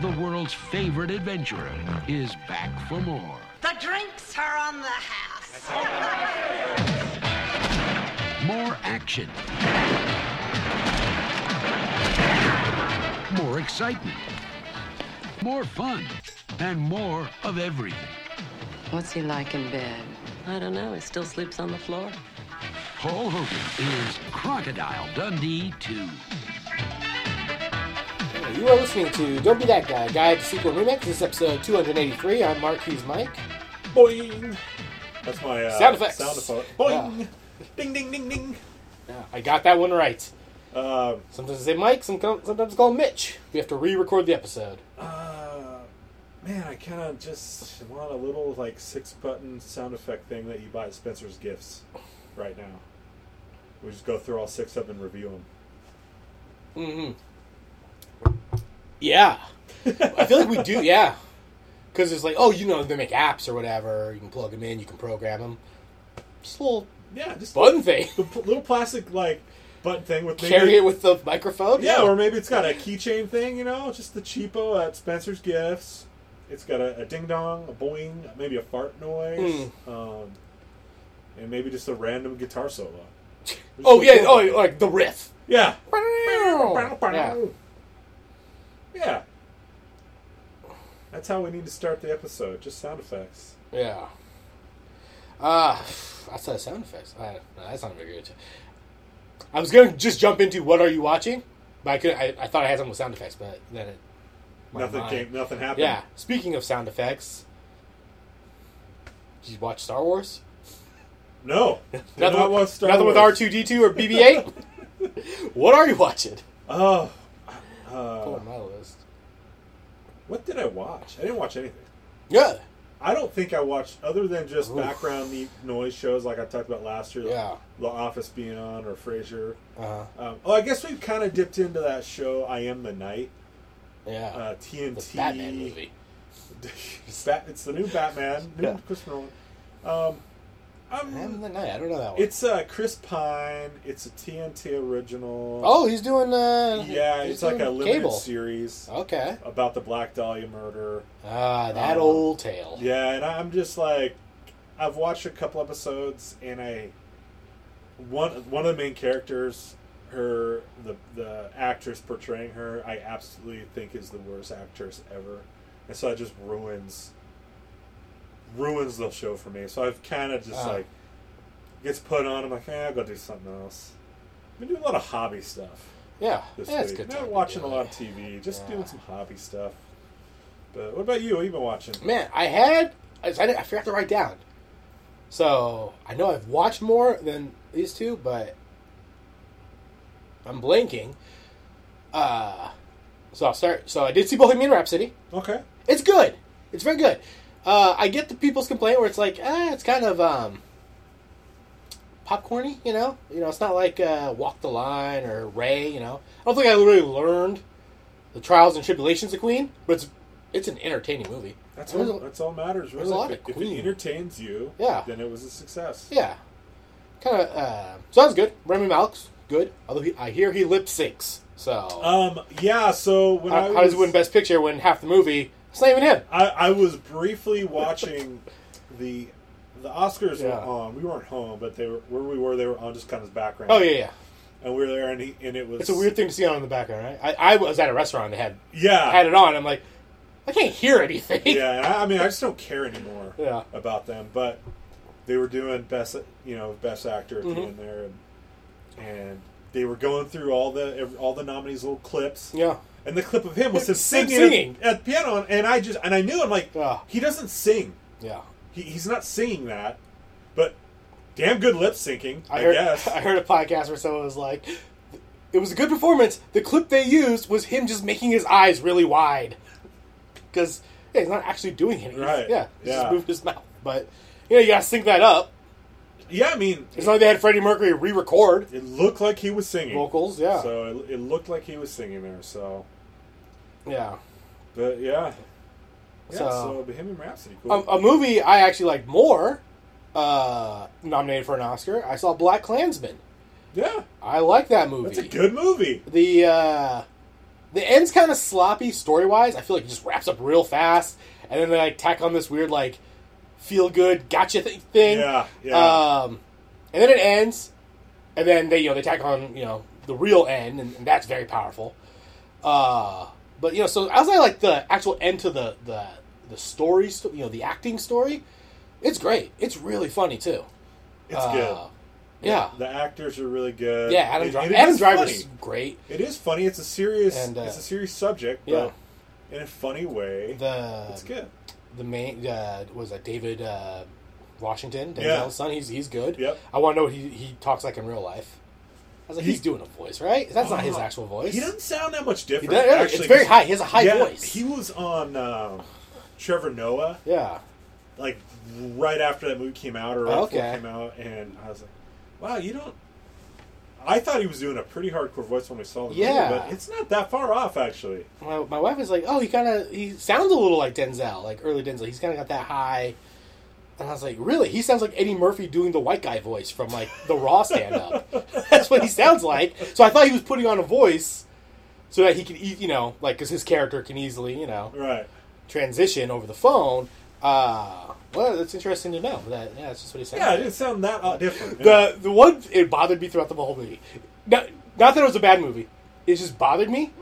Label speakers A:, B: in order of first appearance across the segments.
A: the world's favorite adventurer, is back for more.
B: The drinks are on the house.
A: More action. More excitement. More fun. And more of everything.
C: What's he like in bed?
D: I don't know. He still sleeps on the floor.
A: Paul Hogan is Crocodile Dundee 2.
E: You are listening to Don't Be That Guy, Guide to Sequel Remix. This is episode 283. I'm Mark Hughes Mike.
F: Boing. That's my uh,
E: Sound effects. Ah.
F: Sound effect. Boing. Ding ding ding ding.
E: Yeah, Uh, I got that one right.
F: Um,
E: Sometimes I say Mike, some- sometimes I call him Mitch. We have to re record the episode.
F: uh, man, I kind of just want a little like six button sound effect thing that you buy at Spencer's Gifts right now. We just go through all six of them and review them.
E: Yeah. I feel like we do, yeah. Because it's like, oh, you know, they make apps or whatever. You can plug them in, you can program them. Just a little
F: Yeah, just
E: button thing.
F: the pl- little plastic like button thing with maybe-
E: Carry it with the microphone.
F: Yeah, or maybe it's got a keychain thing, you know, just the cheapo at Spencer's Gifts. It's got a, a ding dong, a boing, maybe a fart noise,
E: Hmm.
F: um, and maybe just a random guitar solo.
E: oh, yeah. Oh, like the riff.
F: yeah,
E: Yeah.
F: yeah. That's how we need to start the episode. Just sound effects.
E: Yeah. Uh, outside of sound effects, I, no, that's not very good. I was gonna just jump into what are you watching, but I could I, I thought I had something with sound effects, but then it. my
F: nothing
E: mind-
F: came. Nothing happened.
E: Yeah. Speaking of sound effects, did you watch Star Wars?
F: No. Did not watch Star
E: nothing with R
F: Wars.
E: two D two or BB eight. what are you watching?
F: Oh,
E: Put it
F: uh,
E: on my list.
F: what did I watch? I didn't watch anything.
E: Yeah.
F: I don't think I watched other than just
E: Oof.
F: background ne- noise shows like I talked about last year. like
E: Yeah.
F: The Office being on or Frasier.
E: Uh-huh.
F: Um, oh, I guess we've kind of dipped into that show. I am the Night.
E: Yeah.
F: Uh,
E: the
F: TNT.
E: Batman movie.
F: Bat- it's the new Batman. New
E: Yeah.
F: Chris Nolan. Um, I'm-
E: Man of the Night. I don't know that one.
F: it's uh, Chris Pine. It's a TNT original.
E: oh, he's doing. Uh,
F: yeah,
E: he's
F: it's like
E: doing
F: a limited
E: cable. Oh.
F: series
E: Okay.
F: about the Black Dahlia murder.
E: Ah, that
F: Uh,
E: old tale.
F: Yeah, and I'm just like, I've watched a couple episodes, and I one one of the main characters, her the the actress portraying her, I absolutely think is the worst actress ever, and so it just ruins ruins the show for me. So I've kind of just
E: Ah.
F: like gets put on. I'm like, eh, I'll go do something else. I've been doing a lot of hobby stuff
E: Yeah,
F: this
E: yeah, it's
F: week.
E: good. time
F: Not
E: to
F: watching
E: do
F: a lot
E: it.
F: of TV, just
E: Yeah.
F: doing some hobby stuff. But what about you? What have you been watching?
E: Man, I had I, I, didn't- I forgot to write down. So I know I've watched more than these two, but I'm blanking. Uh, so I'll start. So I did see Bohemian Rhapsody.
F: Okay.
E: It's good. It's very good. Uh, I get the people's complaint where it's like, ah, it's kind of um, popcorny, you know. You know, it's not like uh, Walk the Line or Ray. You know, I don't think I really learned the trials and tribulations of Queen, but it's it's an entertaining movie.
F: That's
E: There's
F: all.
E: a-
F: That's all matters. Really,
E: there's a lot
F: if,
E: of
F: it, if
E: Queen.
F: it entertains you,
E: Yeah.
F: then it was a success.
E: yeah, kind of. Uh, so that's good. Remy Malek's good, although he, I hear he lip syncs. So
F: Um. Yeah. So when I
E: how,
F: was,
E: how does he win Best Picture when half the movie it's not even him?
F: I, I was briefly watching the the Oscars
E: Yeah.
F: were on. We weren't home, but they were where we were. They were on just kind of as background.
E: Oh yeah, yeah.
F: And we were there, and, he, and it was
E: It's a weird thing to see on in the background, right? I, I was at a restaurant. They had
F: Yeah.
E: I had it on. I'm like, I can't hear anything.
F: yeah, and I, I mean, I just don't care anymore
E: Yeah.
F: about them. But they were doing best, you know, best actor at
E: Mm-hmm.
F: the end there, and, and they were going through all the ev- all the nominees' little clips.
E: Yeah.
F: and the clip of him was him
E: Him
F: singing,
E: singing.
F: at the piano, and I just and I knew I'm like,
E: Ah.
F: he doesn't sing.
E: Yeah.
F: He, he's not singing that, but damn good lip syncing, I,
E: I, heard,
F: guess.
E: I heard a podcast where someone was like, it was a good performance. The clip they used was him just making his eyes really wide. Because yeah, he's not actually doing anything.
F: Right.
E: Yeah. He
F: Yeah.
E: just moved his mouth. But, you know, you got to sync that up.
F: yeah, I mean,
E: It's not like they had Freddie Mercury re record
F: it looked like he was singing
E: vocals. Yeah.
F: So it, it looked like he was singing there. So,
E: yeah.
F: but yeah. Yeah,
E: So- um, uh,
F: so, Bohemian Rhapsody, cool.
E: A, a movie I actually liked more, uh, nominated for an Oscar, I saw Black Klansman.
F: yeah,
E: I like that movie.
F: that's a good movie.
E: the uh The end's kind of sloppy story wise. I feel like it just wraps up real fast, and then they like tack on this weird like feel good gotcha th- thing.
F: Yeah, yeah.
E: Um, and then it ends, and then they you know they tack on you know the real end, and, and that's very powerful. Uh, but you know, so outside like the actual end to the the the story, sto- you know, the acting story, it's great. It's really funny too.
F: It's
E: Uh, Yeah,
F: good. The actors are really good.
E: yeah. Adam,
F: It-
E: Dri-
F: it
E: Adam
F: is
E: Driver's
F: funny.
E: great.
F: It is funny. It's a serious.
E: And, uh,
F: it's a serious subject, but in a funny way.
E: The
F: it's good.
E: the main uh, was that David uh, Washington, Denzel's
F: Yeah.
E: son. He's he's good.
F: Yep.
E: I want to know what he he talks like in real life. I was like,
F: He- Uh,
E: he's doing a voice, right? That's not his actual voice.
F: He doesn't sound that much
E: He
F: different.
E: does-
F: actually,
E: it's very
F: 'cause-
E: high. He has a high
F: yeah,
E: voice.
F: He was on um, Trevor Noah,
E: yeah.
F: like right after that movie came out, or right before
E: Okay.
F: it came out, and I was like, "Wow, you don't." I thought he was doing a pretty hardcore voice when we saw the
E: Yeah.
F: movie, but it's not that far off actually.
E: My, my wife is like, oh, he kind of he sounds a little like Denzel, like early Denzel. He's kind of got that high. And I was like, really? He sounds like Eddie Murphy doing the white guy voice from like the Raw stand up. That's what he sounds like. So I thought he was putting on a voice so that he could, eat, you know, like because his character can easily, you know,
F: Right.
E: transition over the phone. Uh, well, that's interesting to know. That yeah, that's just what he said.
F: Yeah, it didn't sound that uh, different.
E: The the one it bothered me throughout the whole movie. Not, not that it was a bad movie. It just bothered me.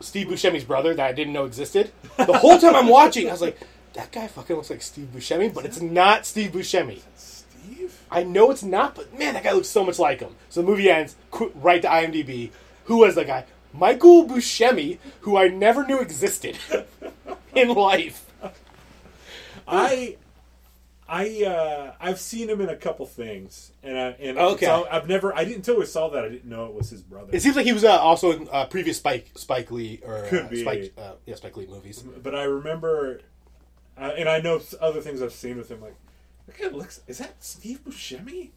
E: Steve Buscemi's brother that I didn't know existed. The whole time I'm watching, I was like, that guy fucking looks like Steve Buscemi, but it's not Steve Buscemi.
F: Steve.
E: I know it's not, but man, that guy looks so much like him. So the movie ends. Qu- right to IMDb. Who was the guy? Michael Buscemi, who I never knew existed in life.
F: I, I, uh, I've seen him in a couple things, and I and
E: Okay.
F: so I've never. I didn't until we saw that. I didn't know it was his brother.
E: It seems like he was uh, also in uh, previous Spike Spike Lee or uh,
F: Could be.
E: Spike uh, yeah Spike Lee movies.
F: but I remember, uh, and I know s- other things I've seen with him. Like, that guy looks. Is that Steve Buscemi?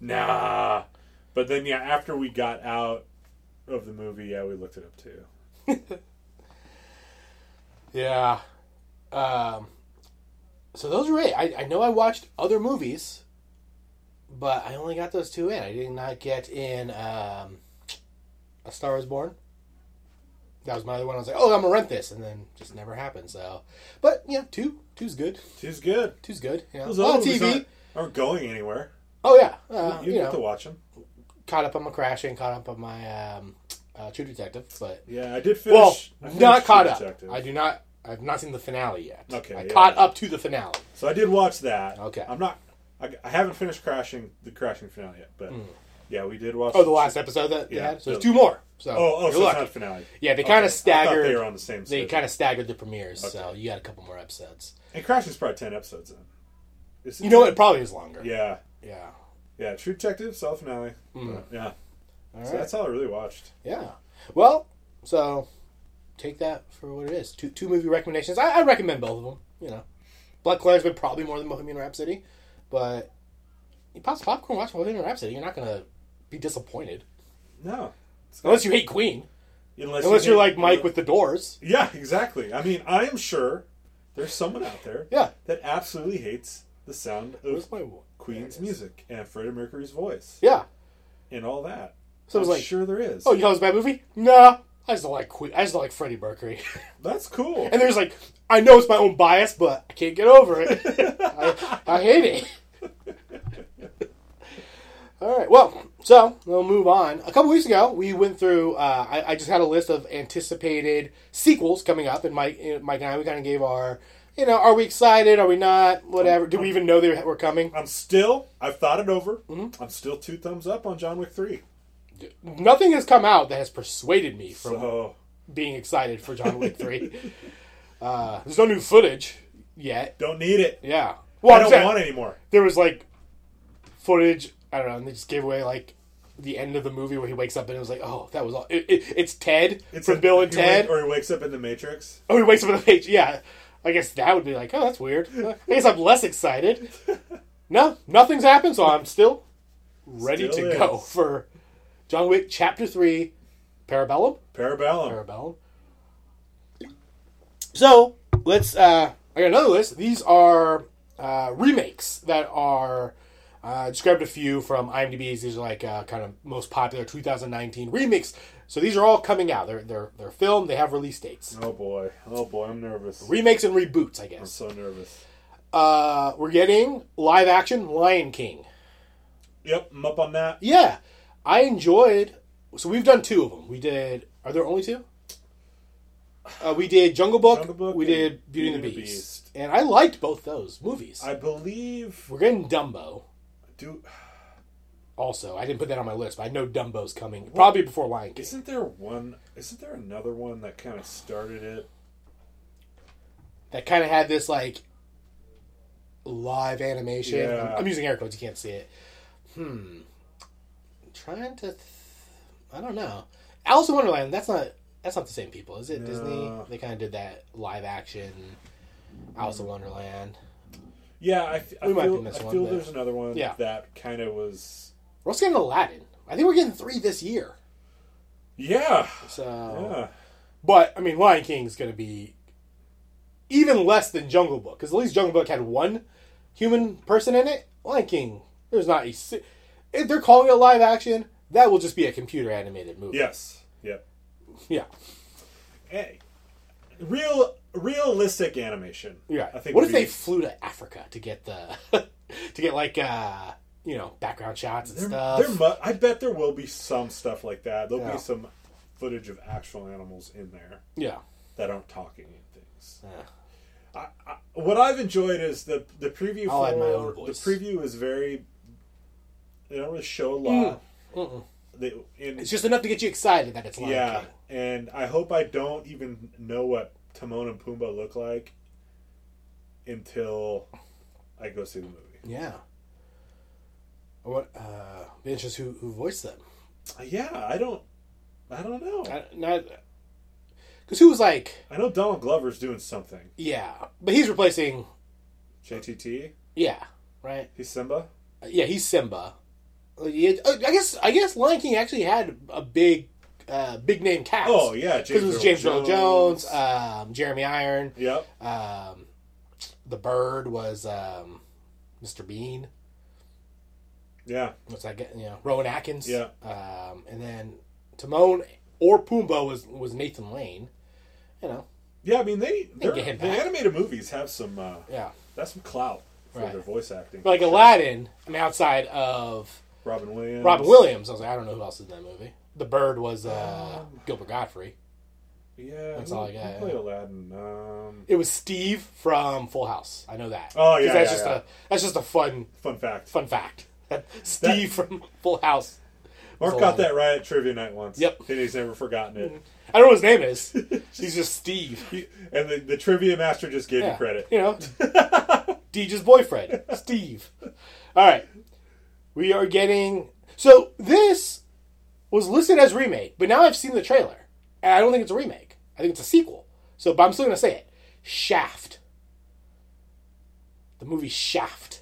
F: Nah. But then, yeah, after we got out of the movie, yeah, we looked it up too.
E: Yeah. Um, so those were it. I, I know I watched other movies, but I only got those two in. I did not get in um, A Star Is Born. That was my other one. I was like, oh, I'm gonna rent this, and then just never happened. So, but yeah, two, two's good.
F: She's good.
E: Two's good. Yeah,
F: Those
E: on
F: other movies
E: TV.
F: aren't, aren't going anywhere.
E: Oh yeah, uh,
F: You,
E: you,
F: get
E: know,
F: to watch them.
E: caught up on my crashing, caught up on my um, uh, True Detective, but
F: Yeah, I did finish.
E: well,
F: I finished
E: not
F: True
E: caught up.
F: Detective.
E: I do not. I've not seen the finale yet.
F: Okay,
E: I
F: yeah.
E: caught up to the finale.
F: So I did watch that.
E: Okay.
F: I'm not. I, I haven't finished crashing the crashing finale yet, but yeah, we did watch.
E: Hmm. Oh, the last episode that they
F: Yeah.
E: had. So there's
F: So-
E: two more. So
F: Oh,
E: you're
F: oh, so it's
E: lucky.
F: not finale.
E: Yeah, they kinda
F: I thought
E: staggered-
F: They were on the same.
E: They
F: schedule.
E: kind of staggered the premieres, so you got a couple more episodes.
F: And Crashing's probably ten episodes in. Is it
E: You know, what?
F: 10?
E: it probably is longer.
F: Yeah,
E: yeah,
F: yeah. True Detective, Saw the finale. Yeah. so that's all I really watched.
E: yeah. Well, so take that for what it is. Two two movie recommendations. I, I recommend both of them. You know, Black Klansman probably more than Bohemian Rhapsody, but you pop some popcorn, watch Bohemian Rhapsody. You're not gonna be disappointed
F: No,
E: unless you hate Queen.
F: unless,
E: Unless
F: you
E: you're
F: hate-
E: like Mike with the Doors.
F: Yeah, exactly. I mean, I am sure there's someone out there.
E: Yeah.
F: That absolutely hates the sound of
E: Where's my
F: Queen's music and Freddie Mercury's voice
E: Yeah.
F: and all that.
E: So
F: I'm
E: it's like,
F: sure there is.
E: oh, you know it's a bad movie? Nah. I just don't like Queen. I just don't like Freddie Mercury.
F: that's cool.
E: And there's like, I know it's my own bias, but I can't get over it. I, I hate it. All right. Well, so we'll move on. A couple weeks ago, we went through. Uh, I, I just had a list of anticipated sequels coming up, and Mike, uh, Mike and I, we kind of gave our, you know, are we excited? Are we not? Whatever. Do we even know they were coming?
F: I'm still. I've thought it over.
E: Mm-hmm.
F: I'm still two thumbs up on John Wick three.
E: Nothing has come out that has persuaded me from
F: So
E: being excited for John Wick Three. uh, there's no new footage yet.
F: don't need it.
E: Yeah. Well,
F: I
E: I'm
F: don't
E: saying-
F: want it anymore.
E: there was like footage. I don't know. And they just gave away like the end of the movie where he wakes up and it was like, oh, that was all. It, it, it's Ted from
F: a-
E: Bill and
F: he
E: Ted.
F: wake- or he wakes up in the Matrix.
E: oh, he wakes up in the page. Yeah, I guess that would be like, oh, that's weird. I guess I'm less excited. No, nothing's happened, so I'm still ready
F: Still
E: to
F: is.
E: go for John Wick Chapter Three, Parabellum.
F: Parabellum.
E: Parabellum. So let's. Uh, I got another list. These are uh, remakes that are. Uh, I just grabbed a few from IMDb's. These are like uh, kind of most popular 2019 remakes So these are all coming out. They're they're they're filmed. They have release dates.
F: Oh boy. Oh boy. I'm nervous.
E: Remakes and reboots, I
F: I'm
E: guess.
F: so nervous.
E: Uh, we're getting live action Lion King.
F: Yep. I'm up on that.
E: Yeah, I enjoyed. So we've done two of them. We did. Are there only two? Uh, we did Jungle Book.
F: Jungle Book
E: we
F: and
E: did Beauty, and the Beast.
F: Beast.
E: and I liked both those movies.
F: I believe.
E: we're getting Dumbo.
F: Do
E: Also, I didn't put that on my list, but I know Dumbo's coming probably before Lion King.
F: isn't there one? Isn't there another one that kind of started it?
E: that kind of had this like live animation.
F: Yeah.
E: I'm, I'm using air quotes. You can't see it. Hmm. trying to. Th- I don't know. Alice in Wonderland. That's not. That's not the same people, is it? Disney.
F: No.
E: They kind of did that live action. Alice in Wonderland.
F: Yeah, I, f- I
E: We might be
F: feel,
E: missing
F: I
E: one,
F: feel
E: but-
F: there's another one
E: Yeah.
F: that kind of was.
E: We're also getting Aladdin. I think we're getting three this year.
F: Yeah. Ah,
E: So,
F: Yeah.
E: but I mean, Lion King's going to be even less than Jungle Book because at least Jungle Book had one human person in it. Lion King, there's not a. si- If they're calling it live action, that will just be a computer animated movie.
F: Yes. Yep.
E: yeah,
F: Hey, real realistic animation.
E: yeah.
F: I think.
E: what
F: would
E: if they
F: be-
E: flew to Africa to get the to get like uh you know background shots and
F: There,
E: stuff?
F: there mu- I bet there will be some stuff like that. There'll
E: Yeah.
F: be some footage of actual animals in there
E: yeah,
F: that aren't talking and things.
E: Yeah.
F: I, I, what I've enjoyed is the the preview.
E: I'll
F: for,
E: add my own voice.
F: The preview is very. They don't really show a lot. They, and,
E: Mm. it's just enough to get you excited that it's Lion
F: yeah,
E: King.
F: and I hope I don't even know what Timon and Pumbaa look like until I go see the movie.
E: Yeah. What? Uh, be interested who who voiced them.
F: Uh, Yeah, I don't, I don't know. I,
E: I- not because who was like
F: know Donald Glover's doing something.
E: yeah but he's replacing
F: JTT,
E: yeah right
F: he's Simba.
E: yeah he's simba Uh, yeah, uh, i guess i guess lion king actually had a big uh big name cast
F: Oh yeah,
E: because it was james earl
F: Earl
E: jones um jeremy iron
F: Yep.
E: um the bird was um mr bean
F: Yeah.
E: what's that guy- you know rowan atkins
F: Yeah.
E: um and then timon or pumbaa was was nathan lane you know
F: Yeah. I mean, they they're-
E: get him
F: the
E: back.
F: animated movies have some. Uh,
E: yeah
F: That's some clout for
E: Right.
F: their voice acting.
E: but like uh, aladdin i mean outside of
F: Robin Williams.
E: Robin Williams. I was like, I don't know who else is in that movie. The Bird was uh,
F: Um.
E: Gilbert Godfrey.
F: Yeah.
E: That's
F: who-
E: all I got,
F: who
E: yeah.
F: played Aladdin. Um,
E: It was Steve from Full House. I know that.
F: Oh, yeah,
E: 'Cause that's
F: yeah,
E: just
F: yeah.
E: a that's just a fun
F: fun fact.
E: fun fact. Steve from Full House.
F: Mark got that right at trivia night once.
E: Yep. Mm-hmm.
F: And he's never forgotten it.
E: I don't know what his name is. He's just Steve.
F: He- and the, the trivia master just gave
E: Yeah.
F: you credit.
E: You know, Deej's boyfriend, Steve. All right, we are getting. So this was listed as remake, but now I've seen the trailer, and I don't think it's a remake. I think it's a sequel. So, but I'm still gonna say it. Shaft. The movie Shaft.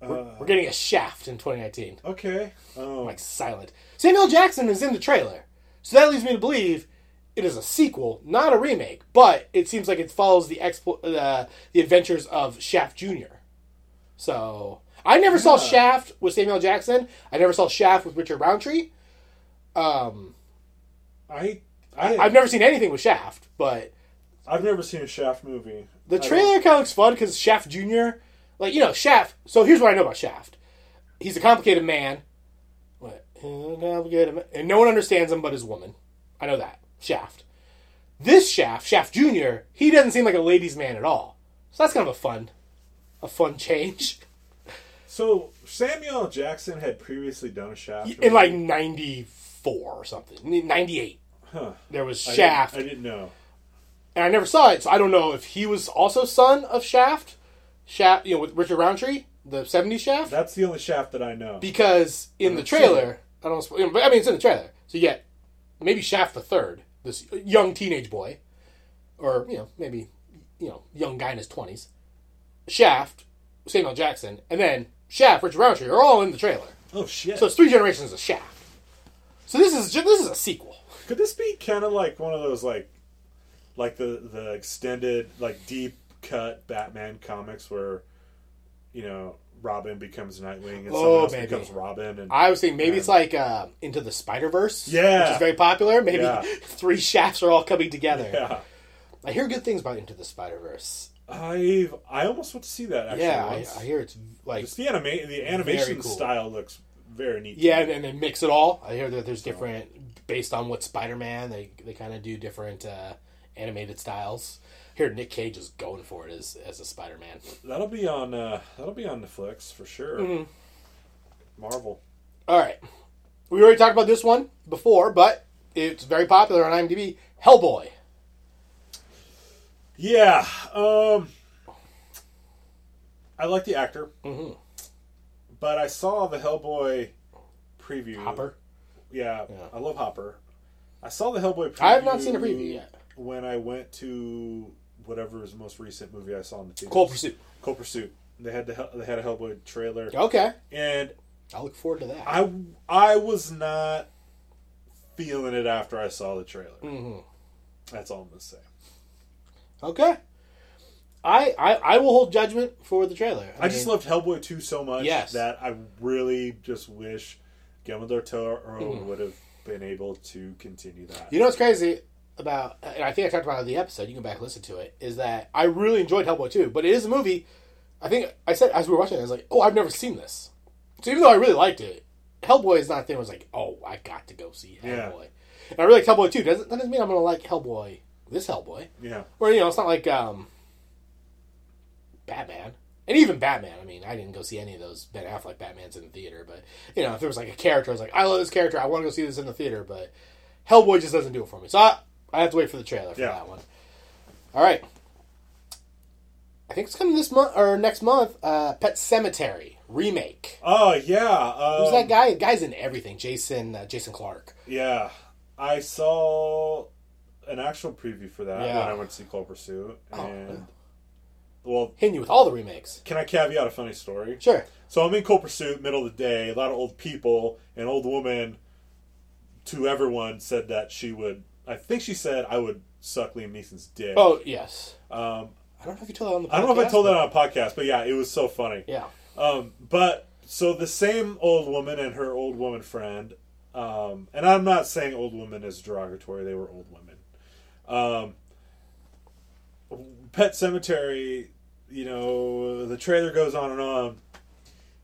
E: We're,
F: Uh,
E: we're getting a Shaft in 2019.
F: Okay. Oh.
E: Like silent. Samuel Jackson is in the trailer, so that leads me to believe it is a sequel, not a remake. But it seems like it follows the expl- uh, the adventures of Shaft Junior. So I never saw Shaft with Samuel Jackson. I never saw Shaft with Richard Roundtree.
F: I, I,
E: I've never seen anything with Shaft, but
F: I've never seen a Shaft movie.
E: the trailer kind of looks fun because Shaft Junior, like you know Shaft. So here's what I know about Shaft. He's a complicated man. What? He's a complicated man. And no one understands him but his woman. I know that. Shaft. This Shaft, Shaft Jr., he doesn't seem like a ladies' man at all. So that's kind of a fun, a fun change.
F: So Samuel L. Jackson had previously done a Shaft
E: In
F: movie.
E: like 94 or something. 98. There was
F: I didn't-
E: Shaft.
F: I didn't, know.
E: and I never saw it, so I don't know if he was also son of Shaft. Shaft, you know, with Richard Roundtree, the 70s Shaft.
F: That's the only Shaft that I know.
E: because in the trailer, I don't. spo- you know, But I mean, it's in the trailer. So you get maybe Shaft the Third, this young teenage boy, or you know maybe you know young guy in his twenties, Shaft, Samuel Jackson, and then Shaft, Richard Roundtree are all in the trailer.
F: oh shit!
E: So it's three generations of Shaft. So this is ju- this is a sequel.
F: Could this be kind of like one of those like, like the the extended like deep cut Batman comics where you know, Robin becomes Nightwing and someone
E: Oh,
F: else
E: maybe.
F: becomes Robin. And
E: I was thinking maybe it's like uh, Into the Spider Verse,
F: Yeah.
E: which is very popular. Maybe
F: Yeah.
E: three shafts are all coming together.
F: yeah,
E: I hear good things about Into the Spider Verse.
F: I I almost want to see that. Actually,
E: Yeah, I,
F: once.
E: I hear it's like
F: Just the anima- the animation
E: cool.
F: style looks very neat. to
E: yeah, and,
F: me.
E: and they mix it all. I hear that there's different based on what Spider Man they they kind of do different uh, animated styles. Here, Nick Cage is going for it as as a Spider Man.
F: that'll be on uh, that'll be on Netflix for sure.
E: Mm-hmm.
F: Marvel.
E: All right, we already talked about this one before, but it's very popular on IMDb. Hellboy.
F: Yeah. Um I like the actor. Mm-hmm. But I saw the Hellboy preview.
E: Hopper.
F: Yeah, I love Hopper. I saw the Hellboy preview.
E: I have not seen a preview yet.
F: When I went to whatever his most recent movie I saw in the theater.
E: Cold Pursuit.
F: Cold Pursuit. They had the Hel- they had a Hellboy trailer.
E: Okay,
F: And
E: I look forward to that.
F: I I was not feeling it after I saw the trailer. Mm-hmm. That's all I'm gonna say.
E: Okay. I, I I will hold judgment for the trailer.
F: I just loved Hellboy 2 so much
E: Yes.
F: that I really just wish Guillermo del Toro
E: Hmm.
F: would have been able to continue that.
E: You know what's crazy about, and I think I talked about it in the episode. You can go back and listen to it. Is that I really enjoyed Hellboy too, but it is a movie. I think I said as we were watching, it, I was like, "Oh, I've never seen this." So even though I really liked it, Hellboy is not a thing. where I was like, "Oh, I got to go see
F: Yeah.
E: Hellboy." And I really liked Hellboy too. Doesn't that doesn't mean I'm gonna like Hellboy this Hellboy?
F: Yeah.
E: Or you know, it's not like um, Batman. And even Batman, I mean, I didn't go see any of those Ben Affleck Batmans in the theater, but you know, if there was like a character, I was like, I love this character, I want to go see this in the theater, but Hellboy just doesn't do it for me. So I, I have to wait for the trailer for
F: Yeah.
E: that one. All right, I think it's coming this month or next month. Uh, Pet Cemetery remake.
F: Oh yeah. Um,
E: Who's that guy? The guy's in everything. Jason uh, Jason Clark.
F: Yeah. I saw an actual preview for that
E: Yeah.
F: when I went to see Cold Pursuit. And well,
E: Hitting you with all the remakes.
F: can I caveat a funny story?
E: Sure.
F: So I'm in Cold Pursuit, middle of the day, a lot of old people, an old woman to everyone said that she would I think she said I would suck Liam Neeson's dick.
E: Oh yes.
F: Um,
E: I don't know if you told that on the.
F: I don't know if I
E: podcast,
F: told that
E: but-
F: on a podcast, but yeah, it was so funny.
E: Yeah.
F: Um, but so the same old woman and her old woman friend, um, and I'm not saying old woman is derogatory; they were old women. Um, Pet Cemetery, you know, the trailer goes on and on,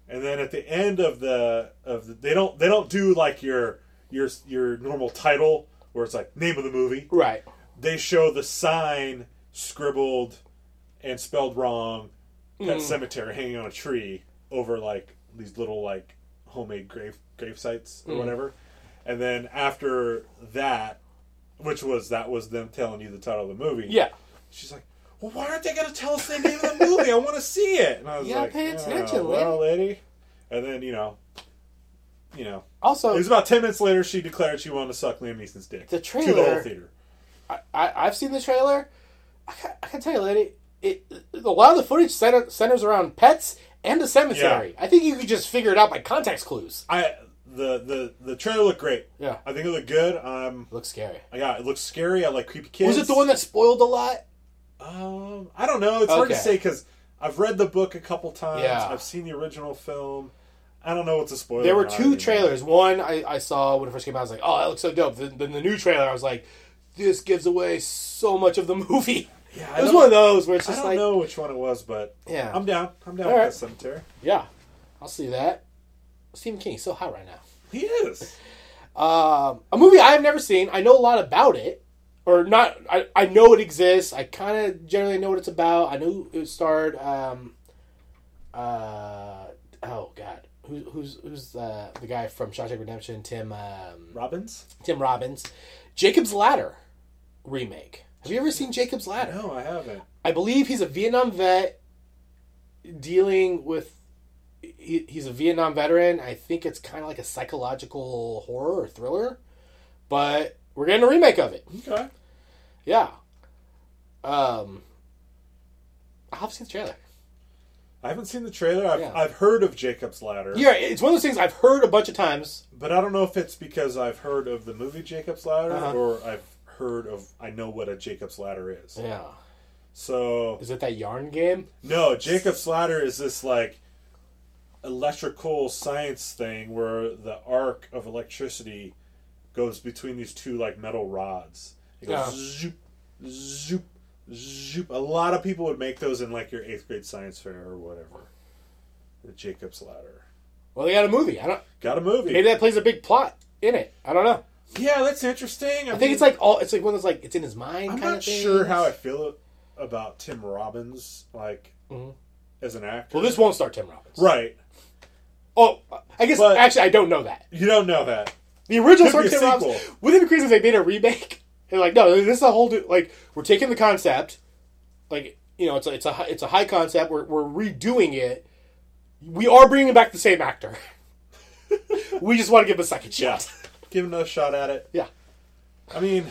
F: and then at the end of the of the, they don't they don't do like your your your normal title where it's like name of the movie
E: Right.
F: they show the sign scribbled and spelled wrong
E: Hmm.
F: that cemetery hanging on a tree over like these little like homemade grave grave sites
E: Hmm.
F: or whatever and then after that which was that was them telling you the title of the movie
E: Yeah.
F: she's like well why aren't they gonna tell us the name of the movie i want to see it and i was
E: You gotta
F: like
E: pay
F: "Oh,
E: attention,
F: well lady and then you know you know
E: Also,
F: it was about 10 minutes later she declared she wanted to suck liam neeson's dick
E: Oh. The
F: to the whole
E: trailer-
F: theater
E: I, I've seen the trailer. I can, I can tell you, lady, it, a lot of the footage center, centers around pets and a cemetery. I think you could just figure it out by context clues.
F: I the the the trailer looked great.
E: Yeah.
F: I think it looked good. Um,
E: looks scary.
F: I got it looks scary. I like creepy kids.
E: Was it the one that spoiled a lot?
F: Um, I don't know. It's hard to
E: Okay.
F: say because I've read the book a couple times.
E: Yeah.
F: I've seen the original film. I don't know what's a spoiler.
E: There
F: or
E: were
F: not
E: two
F: anymore.
E: trailers. One I, I saw when it first came out. I was like, "Oh, that looks so dope." Then, then the new trailer, I was like, "This gives away so much of the movie."
F: Yeah, I
E: it was
F: don't-
E: one of those where it's
F: I
E: just
F: don't
E: like,
F: know which one it was, but
E: Yeah.
F: I'm down. I'm down
E: All
F: with
E: right.
F: that cemetery.
E: "Yeah, I'll see that." Stephen King's so hot right now.
F: He is.
E: Um, a movie I have never seen. I know a lot about it, or not. I, I know it exists. I kind of generally know what it's about. I know it starred. Um, uh, oh God, Who, who's who's the the guy from Shawshank Redemption? Tim um,
F: Robbins?
E: Tim Robbins, Jacob's Ladder remake. Have you ever seen Jacob's Ladder?
F: No, I haven't.
E: I believe he's a Vietnam vet dealing with. He, he's a Vietnam veteran. I think it's kind of like a psychological horror or thriller, but we're getting a remake of it.
F: Okay.
E: Yeah. Um, I'll have to see the trailer.
F: I haven't seen the trailer. I've,
E: Yeah.
F: I've heard of Jacob's Ladder,
E: Yeah, it's one of those things I've heard a bunch of times.
F: but I don't know if it's because I've heard of the movie Jacob's Ladder
E: Uh-huh.
F: or I've heard of I know what a Jacob's Ladder is.
E: Yeah.
F: So
E: Is it that yarn game?
F: no, Jacob Slaughter is this like electrical science thing where the arc of electricity goes between these two like metal rods. It goes
E: Yeah.
F: zoop, zoop, zoop. A lot of people would make those in like your eighth grade science fair or whatever. The Jacob's Ladder.
E: Well, they got a movie. I don't.
F: Got a movie.
E: Maybe that plays a big plot in it. I don't know.
F: yeah, that's interesting.
E: I think it's like all. It's like one that's like it's in his mind.
F: I'm
E: kind
F: not
E: of thing.
F: sure how I feel about Tim Robbins, like as an actor.
E: Mm-hmm. Well, this won't start Tim Robbins.
F: right.
E: Oh, I guess
F: But-
E: actually I don't know that.
F: You don't know that.
E: The original
F: Could
E: Star
F: be a
E: Tim Robbins.
F: sequel.
E: Wouldn't it be crazy if they made a remake? They're like, no, this is a whole new, like we're taking the concept, like you know, it's a, it's a hi- it's a high concept. We're we're redoing it. We are bringing back the same actor. we just want to give him a second
F: Yeah.
E: shot.
F: Give him another shot at it.
E: Yeah.
F: I mean,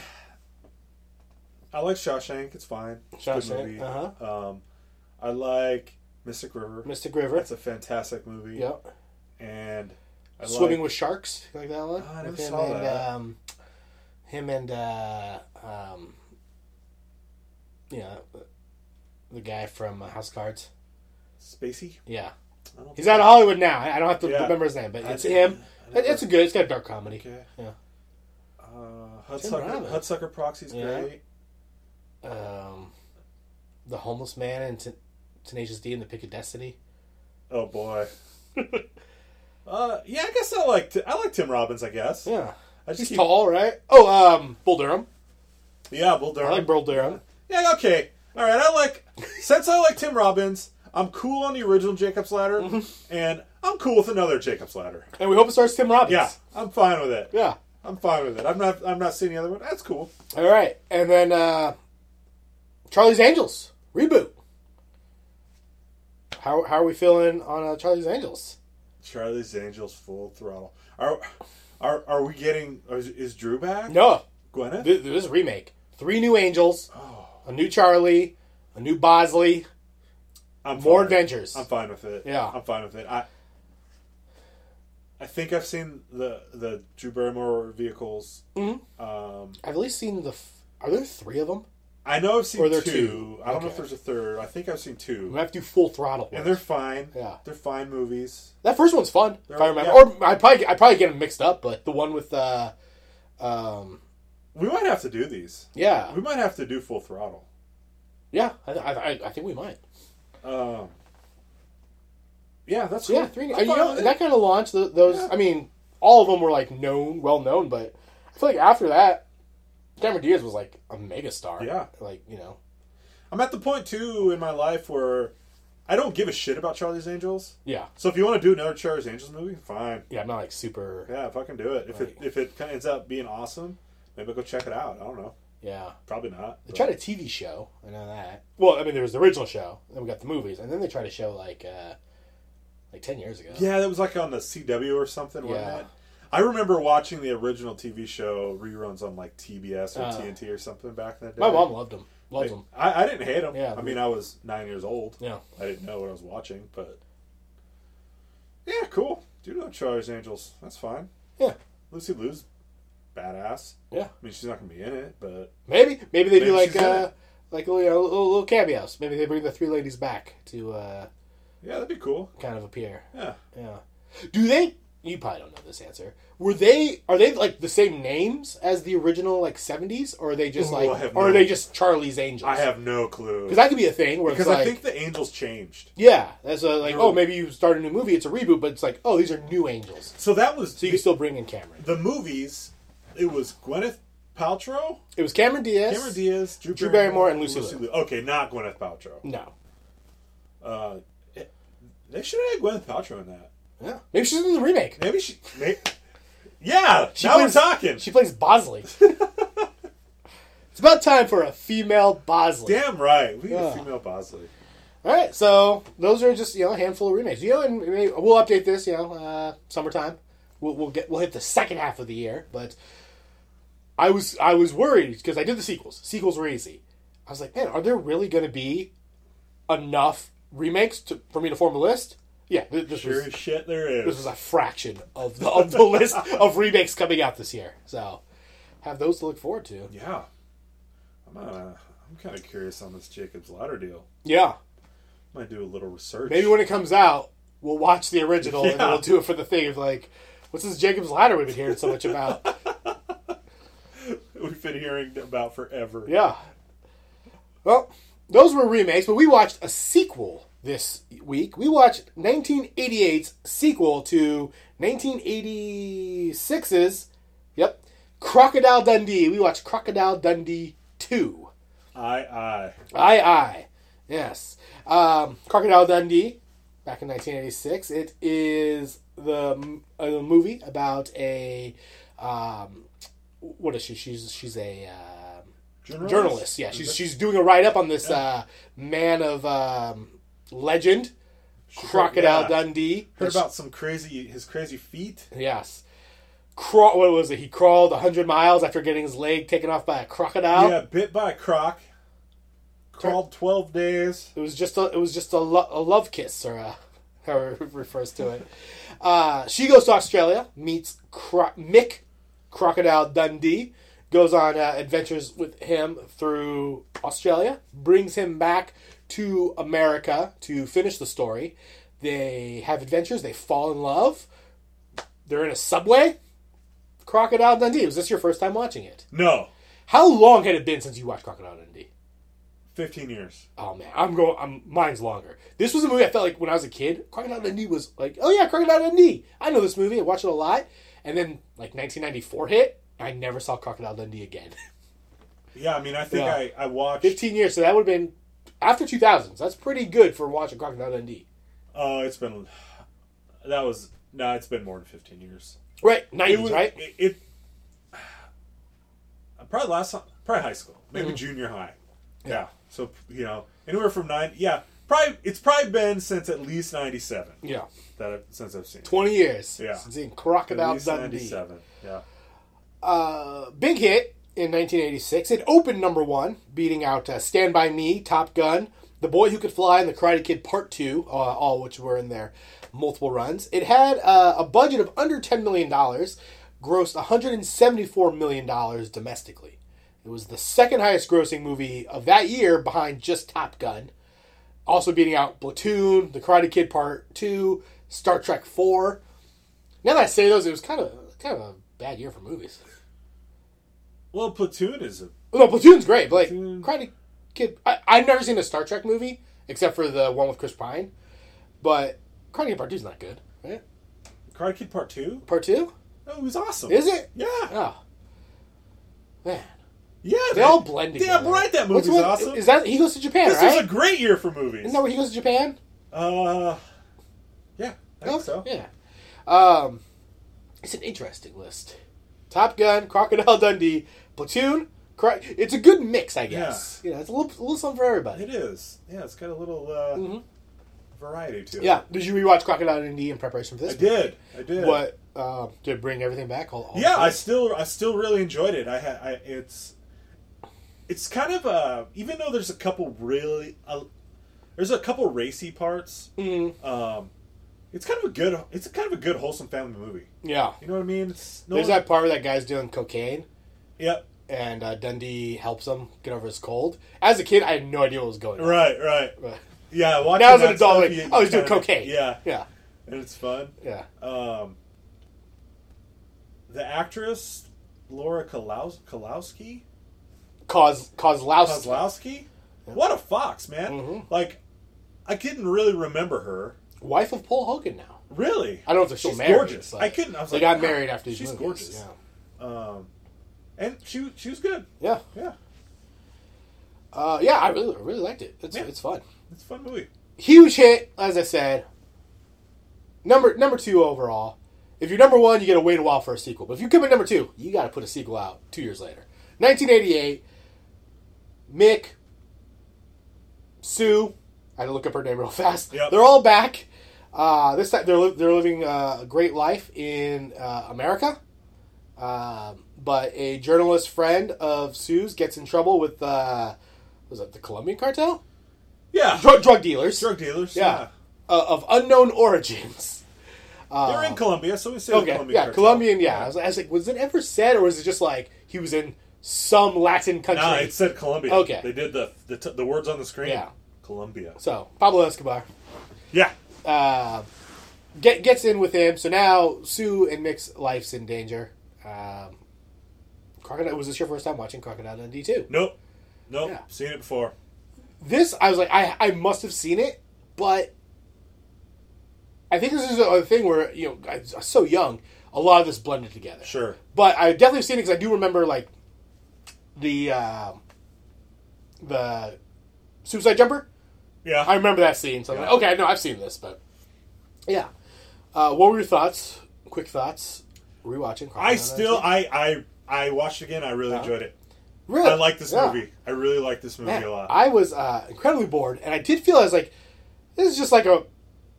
F: I like Shawshank. It's fine. It's a good
E: Shawshank,
F: movie.
E: uh-huh.
F: Um, I like Mystic River.
E: Mystic River.
F: That's a fantastic movie.
E: yeah.
F: And I
E: Swimming
F: like,
E: with sharks. You like that one?
F: Oh, I never
E: With him
F: saw
E: and,
F: that.
E: Um, him and uh, um, you know, the guy from uh, House Cards.
F: Spacey.
E: Yeah.
F: I don't
E: He's out of Hollywood now. I I don't have to
F: Yeah.
E: remember his name, but
F: I
E: it's
F: didn't-
E: him.
F: I
E: It-
F: didn't
E: It's a good. It's got a dark comedy.
F: Okay.
E: Yeah.
F: Uh,
E: Tim
F: Hudsucker,
E: Robbins.
F: Hudsucker Proxy's
E: Yeah.
F: great.
E: Um, the homeless man and Ten- Tenacious D and the Pick of Destiny.
F: Oh boy. uh, yeah, I guess I like I like Tim Robbins. I guess.
E: Yeah.
F: I just
E: He's
F: keep-
E: tall, right? Oh, um, Bull Durham.
F: Yeah, Bull
E: I
F: Durham.
E: like Bull Durham.
F: yeah, okay. All right, I like. since I like Tim Robbins, I'm cool on the original Jacob's Ladder,
E: Mm-hmm.
F: and I'm cool with another Jacob's Ladder.
E: And we hope it starts Tim Robbins.
F: Yeah, I'm fine with it.
E: Yeah.
F: I'm fine with it. I'm not. I'm not seeing the other one. That's cool.
E: All right, and then uh, Charlie's Angels reboot. How how are we feeling on uh, Charlie's Angels?
F: Charlie's Angels full throttle. Are are are we getting? Is, is Drew back?
E: No,
F: Gwyneth.
E: this, this is a remake. Three new angels, a new Charlie, a new Bosley,
F: I'm
E: more
F: fine.
E: adventures.
F: I'm fine with it.
E: Yeah.
F: I'm fine with it. I I think I've seen the the Drew Barrymore vehicles.
E: I've at least seen the. F- are there three of them?
F: I know I've seen
E: Or there are
F: two.
E: two.
F: I don't know if
E: Okay.
F: there's a third. I think I've seen two.
E: We have to do full throttle.
F: And they're fine.
E: Yeah.
F: They're fine movies.
E: that first one's fun. If I
F: They're-
E: remember,
F: yeah.
E: or I probably I probably get them mixed up. But the one with uh, um,
F: We might have to do these.
E: yeah,
F: We might have to do full throttle.
E: yeah, I, I, I think we might.
F: Um Yeah, that's
E: Yeah,
F: cool.
E: three.
F: I'm
E: and you
F: fine
E: know
F: with it.
E: that kind of launched th those.
F: Yeah.
E: I mean, all of them were like known, well known, but I feel like after that, Cameron Diaz was like a megastar.
F: Yeah.
E: like you know,
F: I'm at the point too in my life where I don't give a shit about Charlie's Angels.
E: yeah,
F: So if you want to do another Charlie's Angels movie, fine.
E: yeah. I'm not like super. Yeah,
F: Yeah, fucking do it. If it if it kind of ends up being awesome, maybe I'll go check it out. I don't know. Probably not.
E: they
F: but-
E: tried a TV show. I know that. Well, I mean, there was the original show, then we got the movies, and then they tried a show like uh like ten years ago.
F: Yeah, that was like on the CW or something, wasn't
E: Yeah.
F: it? I remember watching the original TV show reruns on like TBS or
E: Uh,
F: TNT or something back in the day.
E: my mom loved them. Loved
F: Like,
E: them.
F: I, I didn't hate them.
E: Yeah.
F: I mean, I was nine years old.
E: Yeah.
F: I didn't know what I was watching, but yeah, cool. Do know Charlie's Angels? That's fine.
E: Yeah,
F: Lucy Liu's badass.
E: yeah.
F: I mean, she's not gonna be in it, but
E: Maybe maybe they
F: Maybe
E: do like
F: she's in
E: uh
F: it.
E: like you know, little, little cameos. Maybe they bring the three ladies back to uh
F: yeah, that'd be cool.
E: kind of appear.
F: Yeah.
E: Yeah. Do they? You probably don't know this answer. Were they? Are they like the same names as the original like seventies, or are they just
F: Ooh,
E: like,
F: I have
E: or are
F: no-
E: they just Charlie's Angels?
F: I have no clue.
E: because that could be a thing where
F: Because
E: it's
F: I
E: like,
F: think the Angels changed.
E: yeah, that's a, like,
F: You're-
E: oh, maybe you start a new movie, it's a reboot, but it's like, oh, these are new Angels,
F: So that was
E: so you can still bring in Cameron.
F: the movies. It was Gwyneth Paltrow,
E: It was Cameron Diaz.
F: Cameron Diaz, Drew,
E: Drew Barrymore, and Lucy Liu. Mm.
F: Okay, not Gwyneth Paltrow.
E: No.
F: Uh, it- they should have had Gwyneth Paltrow in that.
E: Yeah. Maybe she's in the remake.
F: Maybe she. May, yeah,
E: She
F: now
E: plays-
F: we're talking.
E: She plays Bosley. it's about time for a female Bosley.
F: Damn right, we need
E: Yeah.
F: a female Bosley.
E: All right, so those are just you know a handful of remakes. You know, and maybe we'll update this. You know, uh, summertime, we'll, we'll get we'll hit the second half of the year. But I was I was worried because I did the sequels. Sequels were easy. I was like, man, are there really going to be enough remakes to, for me to form a list? Yeah, th- this
F: Sure
E: was
F: as shit, there is.
E: this was a fraction of the of the list of remakes coming out this year. So have those to look forward to.
F: yeah, I'm I'm, uh, I'm kind of curious on this Jacob's Ladder deal.
E: Yeah.
F: Might do a little research.
E: Maybe when it comes out, we'll watch the original and then
F: Yeah.
E: we'll do it for the thing of like, what's this Jacob's Ladder we've been hearing so much about?
F: we've been hearing about forever.
E: yeah. Well, those were remakes, but we watched a sequel this week. We watched 1988's sequel to 1986's, yep, Crocodile Dundee. We watched Crocodile Dundee 2.
F: I, I.
E: Aye, aye. Yes. Um, Crocodile Dundee, back in 1986. It is the m- a movie about a. Um, what is she? She's she's a um
F: Journalist?
E: journalist. Yeah, she's she's doing a write up on this uh, man of um, legend, Crocodile
F: yeah.
E: Dundee.
F: Heard about some crazy, his crazy feet.
E: yes. Craw- what was it? He crawled 100 miles after getting his leg taken off by a crocodile.
F: Yeah, bit by a croc. Crawled 12 days.
E: It was just a it was just a, lo- a love kiss or a, however it refers to it. Uh, she goes to Australia, meets Cro- Mick Crocodile Dundee, goes on uh, adventures with him through Australia, brings him back to America to finish the story. They have adventures. They fall in love. They're in a subway. Crocodile Dundee. Was this your first time watching it?
F: No.
E: How long had it been since you watched Crocodile Dundee?
F: 15 years.
E: Oh man, I'm going. I'm mine's longer. This was a movie I felt like when I was a kid. Crocodile Dundee was like, oh yeah, Crocodile Dundee. I know this movie. I watch it a lot. And then like 1994 hit. and I never saw Crocodile Dundee again.
F: Yeah, I mean, I think
E: Yeah.
F: I, I watched.
E: 15 years. So that would have been after 2000s. That's pretty good for watching Crocodile Dundee.
F: Oh, it's been. That was. No, it's been more than 15 years.
E: Right, 90s,
F: was,
E: right?
F: It, it probably last time, probably high school, maybe
E: Mm-hmm.
F: junior high. Yeah. So you know, anywhere from nine. Yeah, probably it's probably been since at least ninety seven
E: yeah,
F: that I've, since I've seen. it.
E: 20 years.
F: Yeah.
E: since seeing
F: at
E: Crocodile
F: least
E: Dundee.
F: ninety seven. Yeah.
E: big hit in 1986. It opened number one, beating out uh, Stand By Me, Top Gun, The Boy Who Could Fly, and The Karate Kid Part 2, uh, all which were in their multiple runs. It had uh, a budget of under $10 million, grossed $174 million domestically. It was the second highest grossing movie of that year behind just Top Gun. Also beating out Platoon, The Karate Kid Part 2, Star Trek 4. Now that I say those, it was kind of kind of a bad year for movies.
F: Well, Platoon is a
E: No, Platoon's great, but like
F: Platoon.
E: Karate Kid. I, I've never seen a Star Trek movie except for the one with Chris Pine, but Karate Kid Part Two's not good, right?
F: Karate Kid Part Two.
E: Part Two?
F: That was awesome.
E: Is it?
F: Yeah.
E: Oh man,
F: Yeah.
E: they all blend
F: Yeah,
E: together.
F: right. That
E: What's
F: movie's
E: with-
F: awesome.
E: Is that he goes to Japan,
F: this
E: right?
F: was a great year for movies.
E: Isn't that where he goes to Japan?
F: uh, yeah. I think so.
E: Yeah. Um, it's an interesting list. Top Gun, Crocodile Dundee, Platoon. Cro- it's a good mix, I guess. You know, it's a little, a little something for everybody.
F: It is. Yeah, it's got a little uh, variety to it.
E: Mm-hmm. Yeah. Did you rewatch Crocodile Dundee in preparation for this?
F: I did. I did.
E: What uh, to bring everything back? All, all
F: Yeah, I
E: things?
F: still I still really enjoyed it. I had I it's it's kind of a even though there's a couple really uh, there's a couple racy parts.
E: Mm-hmm.
F: Um, it's kind of a good it's a kind of a good wholesome family movie.
E: yeah.
F: You know what I mean? It's no
E: There's that part where that guy's doing cocaine,
F: Yep.
E: and uh, Dundee helps him get over his cold. As a kid, I had no idea what was going on.
F: Right. Right.
E: But
F: Yeah. watching
E: now as an
F: that
E: adult,
F: stuff,
E: like,
F: you-
E: oh,
F: you
E: he's doing
F: kinda-
E: cocaine.
F: Yeah,
E: yeah,
F: and it's fun.
E: yeah.
F: Um, the actress Laura Kolaus- Kolowski.
E: Cause, cause louse.
F: Kozlowski? What a fox, man.
E: Mm-hmm.
F: Like, I couldn't really remember her.
E: Wife of Paul Hogan now.
F: Really?
E: I don't know if they're still
F: She's
E: married.
F: gorgeous.
E: but
F: I couldn't. I was
E: they
F: like,
E: got
F: wow,
E: married after these
F: she's
E: movies,
F: gorgeous. And she, she was good.
E: Yeah, yeah.
F: Yeah.
E: Uh, yeah, I really, really liked it. It's,
F: Yeah.
E: it's fun.
F: It's a fun movie.
E: huge hit, as I said. Number number two overall. If you're number one, you gotta wait a while for a sequel. But if you come in number two, you gotta put a sequel out two years later. 1988. Mick, Sue, I had to look up her name real fast.
F: Yep.
E: They're all back. Uh, this time they're li- they're living uh, a great life in uh, America. Um, but a journalist friend of Sue's gets in trouble with uh, was it the Colombian cartel?
F: Yeah.
E: Drug, drug dealers
F: Drug dealers.
E: yeah, Uh, of unknown origins.
F: Yeah. They're in Colombia, so we say
E: Uh, Okay,
F: Colombia.
E: yeah, Colombian. Yeah, I was, I was like, was it ever said, or was it just like he was in some Latin country.
F: No, it said Colombia.
E: Okay.
F: They did the the, t- the words on the screen.
E: Yeah.
F: Colombia.
E: so Pablo Escobar
F: Yeah.
E: uh, get, gets in with him. So now Sue and Mick's life's in danger. Um, Crocodile was this your first time watching Crocodile Dundee too?
F: Nope. Nope.
E: Yeah.
F: Seen it before.
E: This I was like I I must have seen it, but I think this is a thing where you know I was so young, a lot of this blended together.
F: Sure.
E: But I definitely seen it because I do remember like the um the suicide jumper.
F: Yeah.
E: I remember that scene. So I'm like, okay, no, I've seen this, but yeah. Uh, what were your thoughts? Quick thoughts. Rewatching. Crocodile
F: I still
E: Dundee?
F: I I I watched it again. I really enjoyed it.
E: really
F: I like this
E: yeah.
F: movie. I really like this movie
E: Man,
F: a lot.
E: I was uh, incredibly bored, and I did feel I was like, this is just like a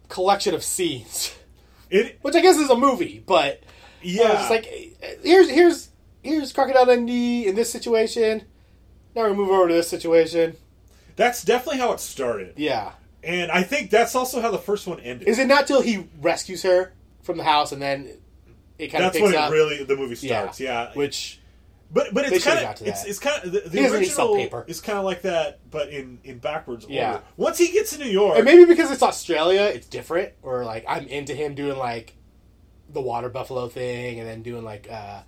E: collection of scenes,
F: it
E: which I guess is a movie, but
F: yeah.
E: yeah, it's like eh, here's here's here's Crocodile Dundee in this situation. Now we move over to this situation.
F: that's definitely how it started.
E: Yeah,
F: And I think that's also how the first one ended.
E: is it not till he rescues her from the house and then it kind
F: that's
E: of picks
F: when it
E: up?
F: really the movie starts. Yeah.
E: which
F: but but
E: they
F: it's
E: should've
F: kind
E: got
F: of
E: to
F: it's
E: that.
F: it's kind of the,
E: He
F: the
E: doesn't need
F: original
E: salt paper.
F: is kind of like that, but in in backwards order.
E: Yeah.
F: Once he gets to New York,
E: and maybe because it's Australia, it's different. Or like I'm into him doing like the water buffalo thing, and then doing like uh,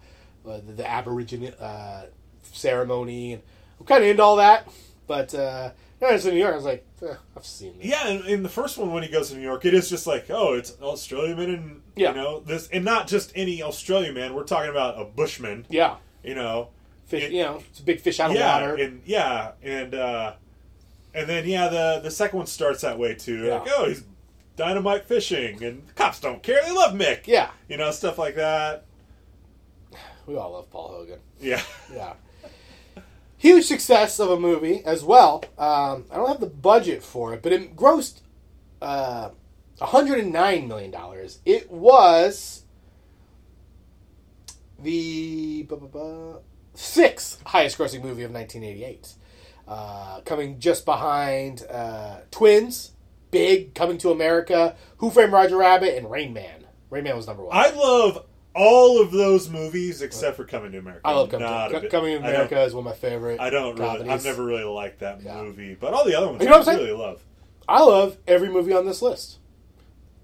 E: uh, the, the Aboriginal uh, ceremony, and I'm kind of into all that. But uh, when I was in New York, I was like, eh, I've seen this.
F: Yeah, in, in the first one when he goes to New York, it is just like, oh, it's Australian man, and
E: Yeah.
F: you know this, and not just any Australian man. We're talking about a Bushman,
E: Yeah,
F: you know,
E: fish.
F: It-
E: you know, it's a big fish out of
F: yeah,
E: water.
F: and yeah, and uh, and then yeah, the the second one starts that way too.
E: Yeah.
F: Like, oh, he's dynamite fishing, and the cops don't care. They love Mick.
E: Yeah.
F: you know, stuff like that.
E: we all love Paul Hogan.
F: Yeah,
E: Yeah. Huge success of a movie as well. Um, I don't have the budget for it, but it grossed uh, $109 million. It was the bu- bu- bu- sixth highest grossing movie of 1988. Uh, coming just behind uh, Twins, Big, Coming to America, Who Framed Roger Rabbit, and Rain Man. Rain Man was number one.
F: I love all of those movies except for Coming to America.
E: I love
F: I'm
E: Coming,
F: not a
E: to,
F: big-
E: Coming to
F: I don't-
E: America is one of my favorite.
F: I don't really. I've
E: comedies.
F: never really liked that
E: Yeah.
F: movie, but all the other ones
E: You know
F: I
E: what I'm saying?
F: really love.
E: I love every movie on this list.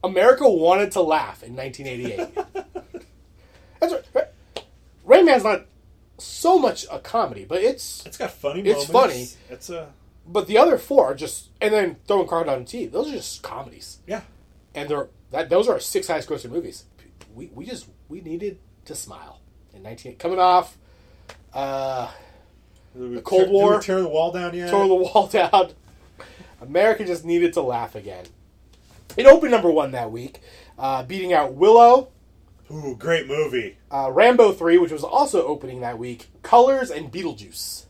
E: America wanted to laugh in 1988. That's right. Ra- Rain Man's not so much a comedy, but it's
F: It's got funny.
E: It's
F: moments. It's uh, a
E: but the other four are just and then throwing Crocodile and Tea. Those are just comedies,
F: yeah.
E: and they're that those are our six highest grossing movies. We we just we needed to smile in 19 coming off. Uh,
F: Did we
E: Cold
F: tear- did we
E: War.
F: tear the wall down yet?
E: tore the wall down. America just needed to laugh again. It opened number one that week, uh, beating out Willow,
F: Ooh, great movie.
E: uh, Rambo 3, which was also opening that week, Colors, and Beetlejuice.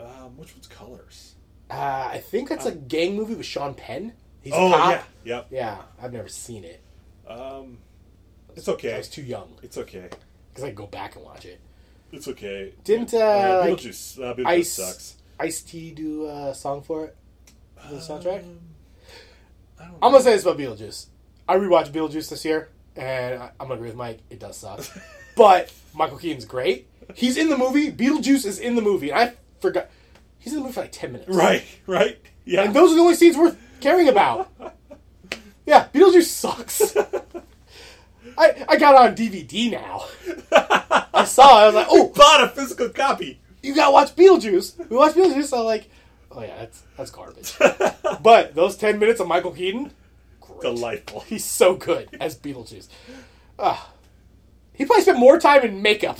F: Um, which one's Colors?
E: Uh, I think that's a gang movie with Sean Penn. He's
F: Uh. Oh
E: a cop.
F: yeah, yep.
E: Yeah, I've never seen it.
F: Um, it's
E: I
F: okay.
E: was too young
F: It's okay.
E: because I could go back and watch it.
F: It's okay.
E: Didn't, uh, like,
F: Beetlejuice? Uh, Beetlejuice
E: Ice
F: sucks.
E: Ice T do a song for it, for the soundtrack.
F: Um, I don't
E: I'm gonna say this about Beetlejuice. I rewatched Beetlejuice this year, and I- I'm gonna agree with Mike. It does suck, but Michael Keaton's great. He's in the movie. Beetlejuice is in the movie. And I forgot he's in the movie for like ten minutes.
F: Right, right. Yeah.
E: And those are the only scenes worth caring about. Yeah, Beetlejuice sucks. I I got it on DVD now. I saw it. I was like, oh,
F: bought a physical copy.
E: you gotta watch Beetlejuice. We watched Beetlejuice. I'm like, oh yeah, that's that's garbage. but those ten minutes of Michael Keaton, great.
F: Delightful.
E: He's so good as Beetlejuice. Ah. he probably spent more time in makeup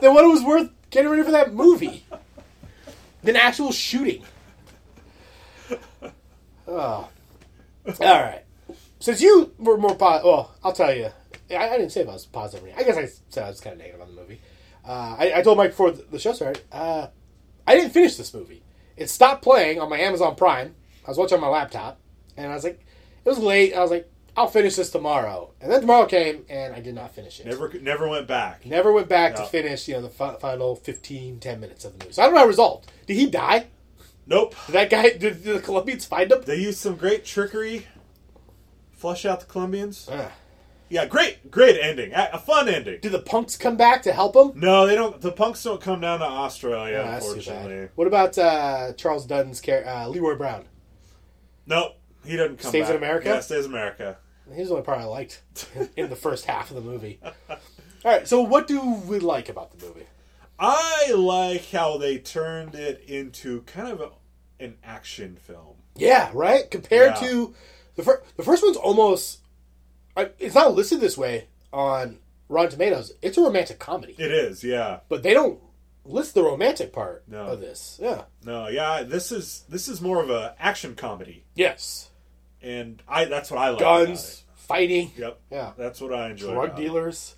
E: than what it was worth getting ready for that movie than actual shooting. Oh. All right. Since you were more positive, well, I'll tell you. I, I didn't say if I was positive or not. I guess I said I was kind of negative on the movie. Uh, I, I told Mike before the the show started, uh, I didn't finish this movie. It stopped playing on my Amazon Prime. I was watching on my laptop, and I was like, it was late. I was like, I'll finish this tomorrow. And then tomorrow came, and I did not finish it.
F: Never, never went back.
E: Never went back to
F: No.
E: finish, you know, the fi- final 15, 10 minutes of the movie. So I don't know how it resolved. Did he die?
F: Nope.
E: Did that guy, did, did the Colombians find him?
F: They used some great trickery. Flush out the Colombians.
E: Ah,
F: yeah, great, great ending, a, a fun ending.
E: Do the punks come back to help him?
F: No, they don't. The punks don't come down to Australia,
E: Oh, that's too
F: unfortunately.
E: bad. What about uh, Charles Dunn's character, uh, Leroy Brown?
F: Nope, he doesn't come.
E: Stays in
F: back.
E: America?
F: Yeah, stays in America.
E: He's the only part I liked in the first half of the movie. All right, so what do we like about the movie?
F: I like how they turned it into kind of a, an action film.
E: Yeah, right. Compared
F: Yeah.
E: to the first, the first one's almost. I, it's not listed this way on Rotten Tomatoes. It's a romantic comedy,
F: It is, yeah.
E: but they don't list the romantic part
F: No.
E: of this. Yeah.
F: No, yeah. This is this is more of a action comedy,
E: Yes.
F: and I that's what I like. about
E: Guns, fighting,
F: it. Yep.
E: Yeah.
F: That's what I enjoy.
E: drug
F: about it.
E: dealers.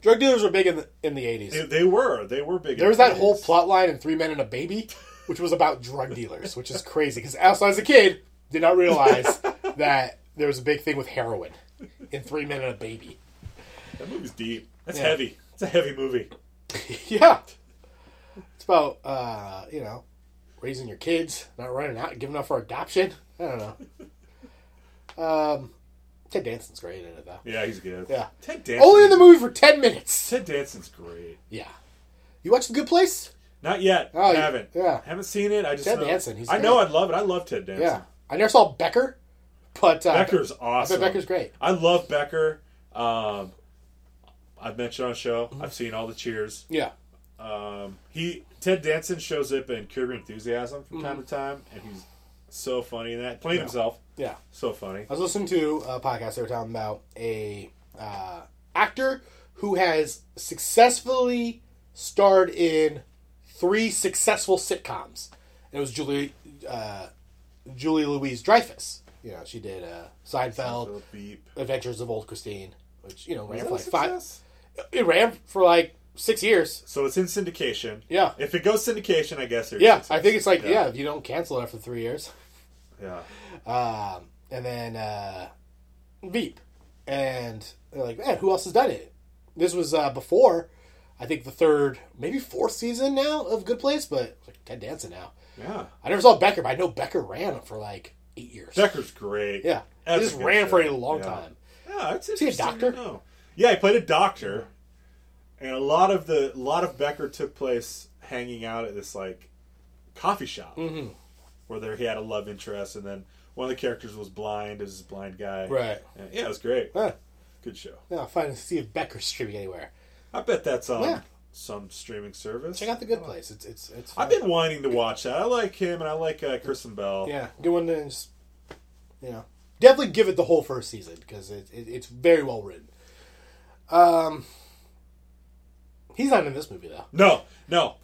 E: Drug dealers were big in the in the eighties.
F: They, they were. They were big.
E: There was that whole
F: influence.
E: plot line in Three Men and a Baby, which was about drug dealers, which is crazy because as as a kid, did not realize that there was a big thing with heroin in Three Men and a Baby.
F: That movie's deep. That's
E: Yeah.
F: heavy. It's a heavy movie.
E: Yeah, it's about uh, you know raising your kids, not running out, giving up for adoption. I don't know. Um, Ted Danson's great in it though.
F: Yeah, he's good.
E: Yeah.
F: Ted Danson.
E: Only in the movie for ten minutes.
F: Ted Danson's great.
E: Yeah, you watched The Good Place?
F: Not yet.
E: Oh, you-
F: haven't.
E: yeah.
F: Haven't seen it. I just
E: Ted
F: know-
E: Danson, he's
F: I know.
E: great.
F: I'd love it. I love Ted Danson.
E: Yeah, I never saw Becker, but uh,
F: Becker's awesome.
E: Becker's great.
F: I love Becker. Um, I've mentioned on the show. I've seen all the Cheers.
E: Yeah.
F: He Ted Danson shows up in Curb Your Enthusiasm from
E: Mm.
F: time to time, and he's so funny in that. Playing himself,
E: Yeah.
F: so funny.
E: I was listening to a podcast they were talking about a uh, actor who has successfully starred in three successful sitcoms. And it was Julie uh, Julie Louise Dreyfus. You know, she did uh, Seinfeld,
F: Philip Beep.
E: Adventures of Old Christine, which you know ran for
F: Is
E: like
F: that a
E: five.
F: success?
E: It ran for like six years.
F: So it's in syndication.
E: Yeah.
F: If it goes syndication, I guess. there's
E: Yeah,
F: success.
E: I think it's like yeah.
F: Yeah.
E: if you don't cancel it after three years,
F: Yeah.
E: um, and then uh, Veep, and they're like, man, who else has done it? This was uh, before, I think the third, maybe fourth season now of Good Place, but it's like Ted Danson now.
F: Yeah.
E: I never saw Becker, but I know Becker ran for like eight years.
F: Becker's great.
E: yeah,
F: That's
E: he just
F: a good
E: ran for a
F: show.
E: long
F: Yeah.
E: time.
F: Yeah, it's
E: he a
F: interesting
E: doctor?
F: To know. Yeah, he played a doctor, and a lot of the a lot of Becker took place hanging out at this like coffee shop
E: Mm-hmm.
F: where there he had a love interest, and then one of the characters was blind. It was this blind guy,
E: Right.
F: And, yeah, it was great.
E: Huh.
F: Good show.
E: Now, fine to see if Becker's streaming anywhere.
F: I bet that's on
E: Yeah.
F: some streaming service.
E: Check out the Good Place. It's it's it's.
F: I've been wanting to watch that. I like him, and I like uh, Kristen Bell.
E: Yeah, good one to just, you know, definitely give it the whole first season because it, it, it's very well written. Um, he's not in this movie though.
F: No, no.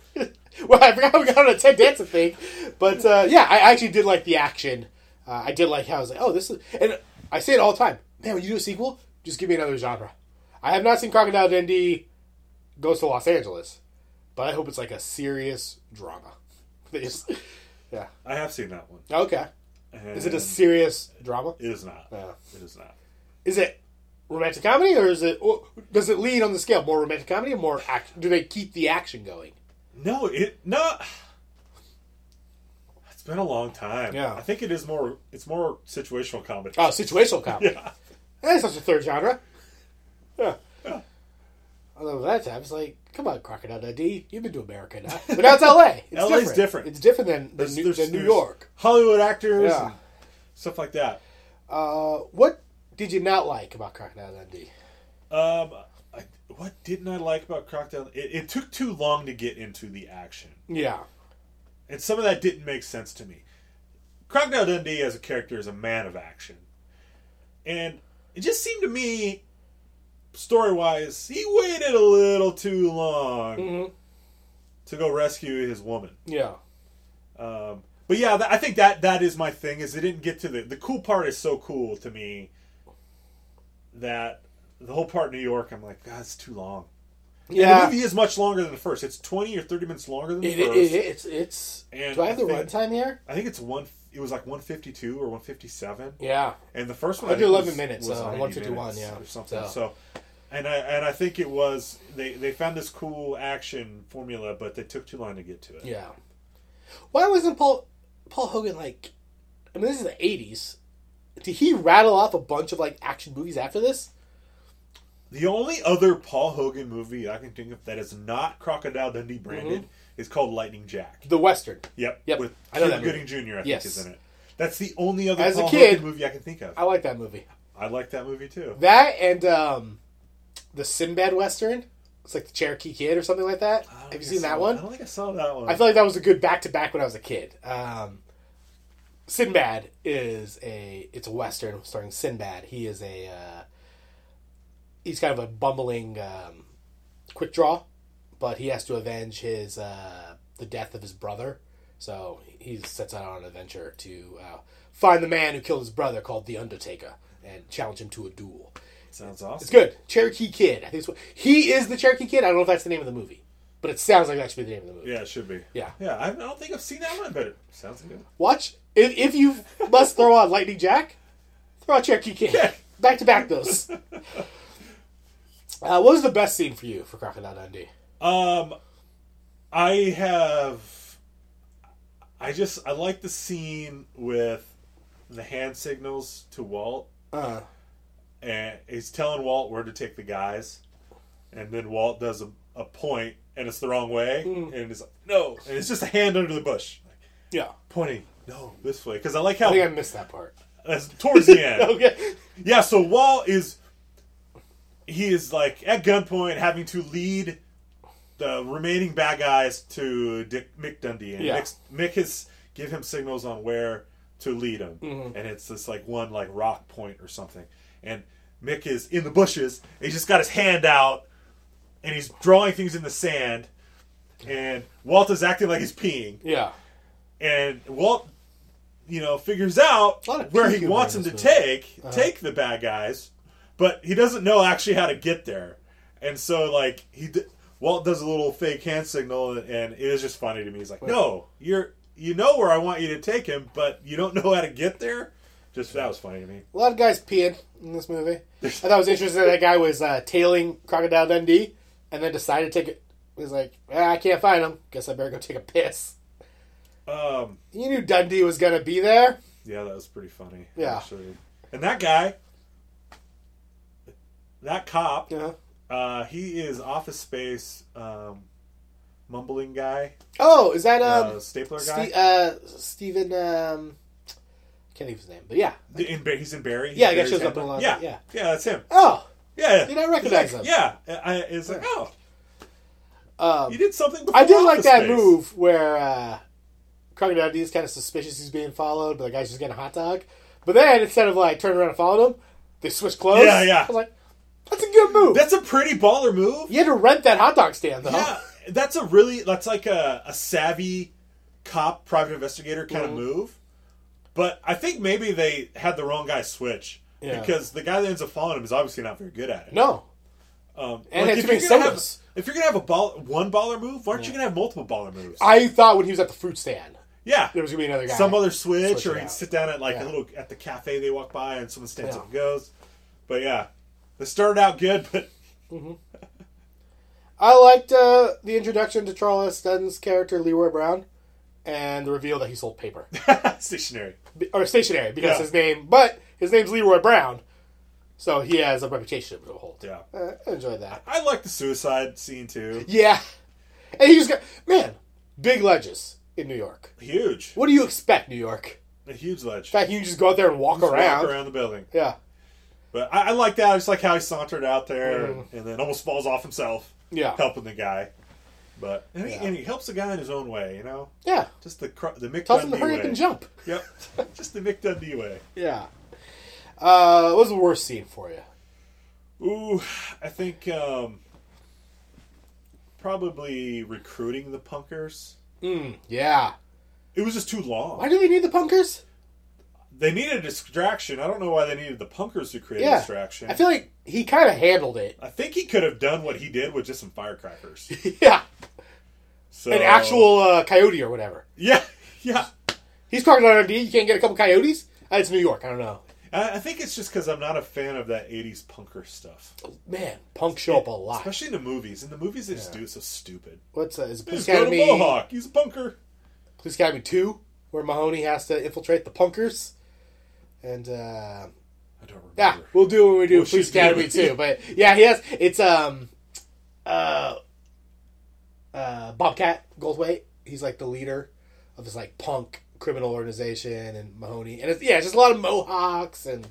E: Well, I forgot we got on a Ted Danson thing, but uh, yeah, I actually did like the action. Uh, I did like how I was like, oh, this is, and I say it all the time. Man, when you do a sequel, just give me another genre. I have not seen Crocodile Dundee goes to Los Angeles, but I hope it's like a serious drama. They just- yeah.
F: I have seen that one.
E: Okay. Is it a Oh.
F: And
E: serious drama?
F: It is not.
E: Yeah.
F: It is not.
E: is it romantic comedy or is it or does it lean on the scale more romantic comedy or more action do they keep the action going
F: No, it no. It's been a long time.
E: Yeah.
F: I think it is more. It's more situational comedy.
E: oh situational comedy that's such a third genre yeah although that time it's like come on crocodile dundee you've been to america now but now it's la it's
F: LA 's
E: different.
F: different.
E: it's different than, than,
F: There's-
E: new,
F: there's-
E: than new
F: there's
E: york
F: Hollywood actors,
E: Yeah.
F: and stuff like that.
E: uh, what did you not like about crocodile dundee
F: Um, I, what didn't I like about Crocodile? It, it took too long to get into the action,
E: yeah
F: and some of that didn't make sense to me. Crocodile Dundee as a character is a man of action, and it just seemed to me, story wise, he waited a little too long
E: Mm-hmm.
F: to go rescue his woman.
E: yeah
F: Um, but yeah, th- I think that that is my thing. Is they didn't get to the the cool part is so cool to me that the whole part in New York, I'm like, God, it's too long. The
E: yeah
F: movie is much longer than the first. It's twenty or thirty minutes longer than the
E: it,
F: first.
E: it, it's it's
F: And
E: do i have the
F: I think-
E: runtime here
F: I think it's one. It was like one fifty two or one fifty seven.
E: yeah
F: And the first one,
E: Under
F: I think,
E: 11
F: was-
E: minutes,
F: was
E: so
F: 90
E: 151,
F: minutes
E: yeah.
F: or something.
E: So-
F: So. and I and I think it was they they found this cool action formula, but they took too long to get to it.
E: Yeah. Why wasn't Paul Paul Hogan like? I mean, this is the '80s. Did he rattle off a bunch of like action movies after this?
F: The only other Paul Hogan movie I can think of that is not Crocodile Dundee branded is called Lightning Jack.
E: The Western.
F: Yep.
E: Mm-hmm. Yep,
F: With
E: I know
F: Cuba
E: that
F: Gooding
E: movie.
F: Jr. I
E: Yes.
F: think is in it. That's the only other
E: As a
F: Paul
E: kid-
F: Hogan movie I can think of.
E: I like that movie.
F: I like that movie too.
E: That and um, the Sinbad Western. It's like the Cherokee Kid or something like that.
F: I
E: Have
F: don't
E: you
F: think I
E: seen
F: saw-
E: that one?
F: I don't think I saw that one.
E: I feel like that was a good back to back when I was a kid. Um, Sinbad is a it's a western starring Sinbad. He is a uh, he's kind of a bumbling um, quick draw, but he has to avenge his uh, the death of his brother. So he sets out on an adventure to uh, find the man who killed his brother, called the Undertaker, and challenge him to a duel.
F: Sounds awesome.
E: It's good. Cherokee Kid. I think it's what, he is the Cherokee Kid. I don't know if that's the name of the movie, but it sounds like that should be the name of the movie.
F: Yeah, it should be.
E: Yeah.
F: Yeah, I I don't think I've seen that one, but it sounds good.
E: Watch if, if you must throw on Lightning Jack, throw out Cherokee Kid.
F: Yeah.
E: Back to back those. Uh, what was the best scene for you for Crocodile Dundee?
F: Um, I have. I just I like the scene with the hand signals to Walt,
E: Uh,
F: and he's telling Walt where to take the guys, and then Walt does a, a point, and it's the wrong way,
E: Mm.
F: and it's like no, and it's just a hand under the bush, like,
E: yeah,
F: pointing no this way, because I like
E: I
F: how
E: think I missed that part.
F: that's towards the end.
E: Okay,
F: Yeah, so Wall is he is like at gunpoint having to lead the remaining bad guys to Dick Mick Dundee, and
E: Yeah.
F: Mick's, Mick has give him signals on where to lead him, and it's this like one like rock point or something, and Mick is in the bushes, and he's just got his hand out, and he's drawing things in the sand, and Walt is acting like he's peeing,
E: yeah,
F: and Walt, you know, figures out
E: A lot of
F: where he
E: peeking
F: wants him
E: around
F: to
E: this movie.
F: take take the bad guys, but he doesn't know actually how to get there, and so like he d- Walt does a little fake hand signal, and, and it is just funny to me. He's like, "No, you're you know where I want you to take him, but you don't know how to get there." Just that was funny to me.
E: a lot of guys peeing in this movie. I thought it was interesting that, that guy was uh, tailing Crocodile Dundee and then decided to take it. He was like, ah, I can't find him. Guess I better go take a piss.
F: Um,
E: You knew Dundee was gonna be there.
F: yeah, that was pretty funny.
E: Yeah.
F: actually. and that guy, that cop,
E: Yeah.
F: uh, he is Office Space um, mumbling guy.
E: Oh, is that um?
F: uh, stapler guy.
E: Ste- uh, Stephen. Um, can't think of his name, but yeah.
F: The- in Ba- he's in Barry.
E: Yeah, I
F: Barry's
E: guess shows up in
F: handler.
E: a lot of-
F: Yeah, yeah,
E: yeah.
F: that's him.
E: Oh,
F: Yeah, yeah.
E: Did I recognize
F: He's like,
E: him?
F: Yeah, I, I- it's like oh,
E: um,
F: you did something. Before
E: I did like
F: Office
E: that
F: Space.
E: move where uh, Crocodile D is kind of suspicious he's being followed, but the guy's just getting a hot dog. But then instead of like turning around and following him, they switched clothes.
F: Yeah, yeah.
E: I was like, that's a good move.
F: That's a pretty baller move.
E: you had to rent that hot dog stand though.
F: Yeah, that's a really that's like a, a savvy cop private investigator kind
E: Mm-hmm.
F: of move. But I think maybe they had the wrong guy switch
E: Yeah.
F: because the guy that ends up following him is obviously not very good at it.
E: No,
F: um,
E: and
F: like,
E: it's
F: if you're
E: been
F: gonna have
E: sodas.
F: if you're gonna have a ball one baller move, why aren't you gonna have multiple baller moves?
E: I thought when he was at the fruit stand,
F: yeah,
E: there was gonna be another guy.
F: some other switch,
E: Switch
F: or
E: it
F: he'd
E: out.
F: sit down at like a
E: Yeah.
F: little at the cafe they walk by and someone stands
E: Yeah.
F: up and goes. But yeah, they started out good, but
E: I liked uh, the introduction to Charles Dutton's character Leroy Brown, and the reveal that he sold paper.
F: stationary.
E: or stationary because
F: Yeah.
E: his name, but his name's Leroy Brown, so he has a reputation to hold.
F: Yeah,
E: Uh, I enjoyed that.
F: I like the suicide scene too.
E: Yeah, and he just got man, big ledges in New York.
F: Huge,
E: What do you expect, New York?
F: a huge ledge.
E: In fact, you just go out there and walk,
F: Just walk
E: around.
F: around the building.
E: Yeah,
F: But I, I like that. I just like how he sauntered out there
E: Mm.
F: and, and then almost falls off himself,
E: yeah,
F: helping the guy. But and he,
E: Yeah.
F: and he helps the guy in his own way, you know,
E: yeah.
F: just the cr- the Mick
E: Tell him
F: Dundee
E: to hurry
F: way.
E: up and jump.
F: Yep, just the Mick Dundee way.
E: Yeah. Uh, what was the worst scene for you?
F: Ooh, I think um, probably recruiting the punkers.
E: Yeah.
F: It was just too long.
E: Why do they need the punkers?
F: They needed a distraction. I don't know why they needed the punkers to create a
E: Yeah.
F: distraction.
E: I feel like he kind of handled it.
F: I think he could have done what he did with just some firecrackers.
E: yeah.
F: So
E: An actual uh, coyote or whatever.
F: yeah, yeah.
E: He's crocodile D. You can't get a couple coyotes. Uh, it's New York. I don't know.
F: I, I think it's just because I'm not a fan of that '80s punker stuff,
E: Man, punk show up a lot.
F: especially in the movies. In the movies, they just do it so stupid.
E: What's uh, is it Police
F: Just go to
E: Academy?
F: Mohawk. He's a punker.
E: Police Academy Two, where Mahoney has to infiltrate the punkers. and uh,
F: I don't remember.
E: yeah, we'll do it when we do
F: We'll
E: Police
F: shoot you.
E: Academy too. But yeah, he has it's um uh uh Bobcat Goldthwait. He's like the leader of this like punk criminal organization and Mahoney, and it's, yeah, it's just a lot of mohawks and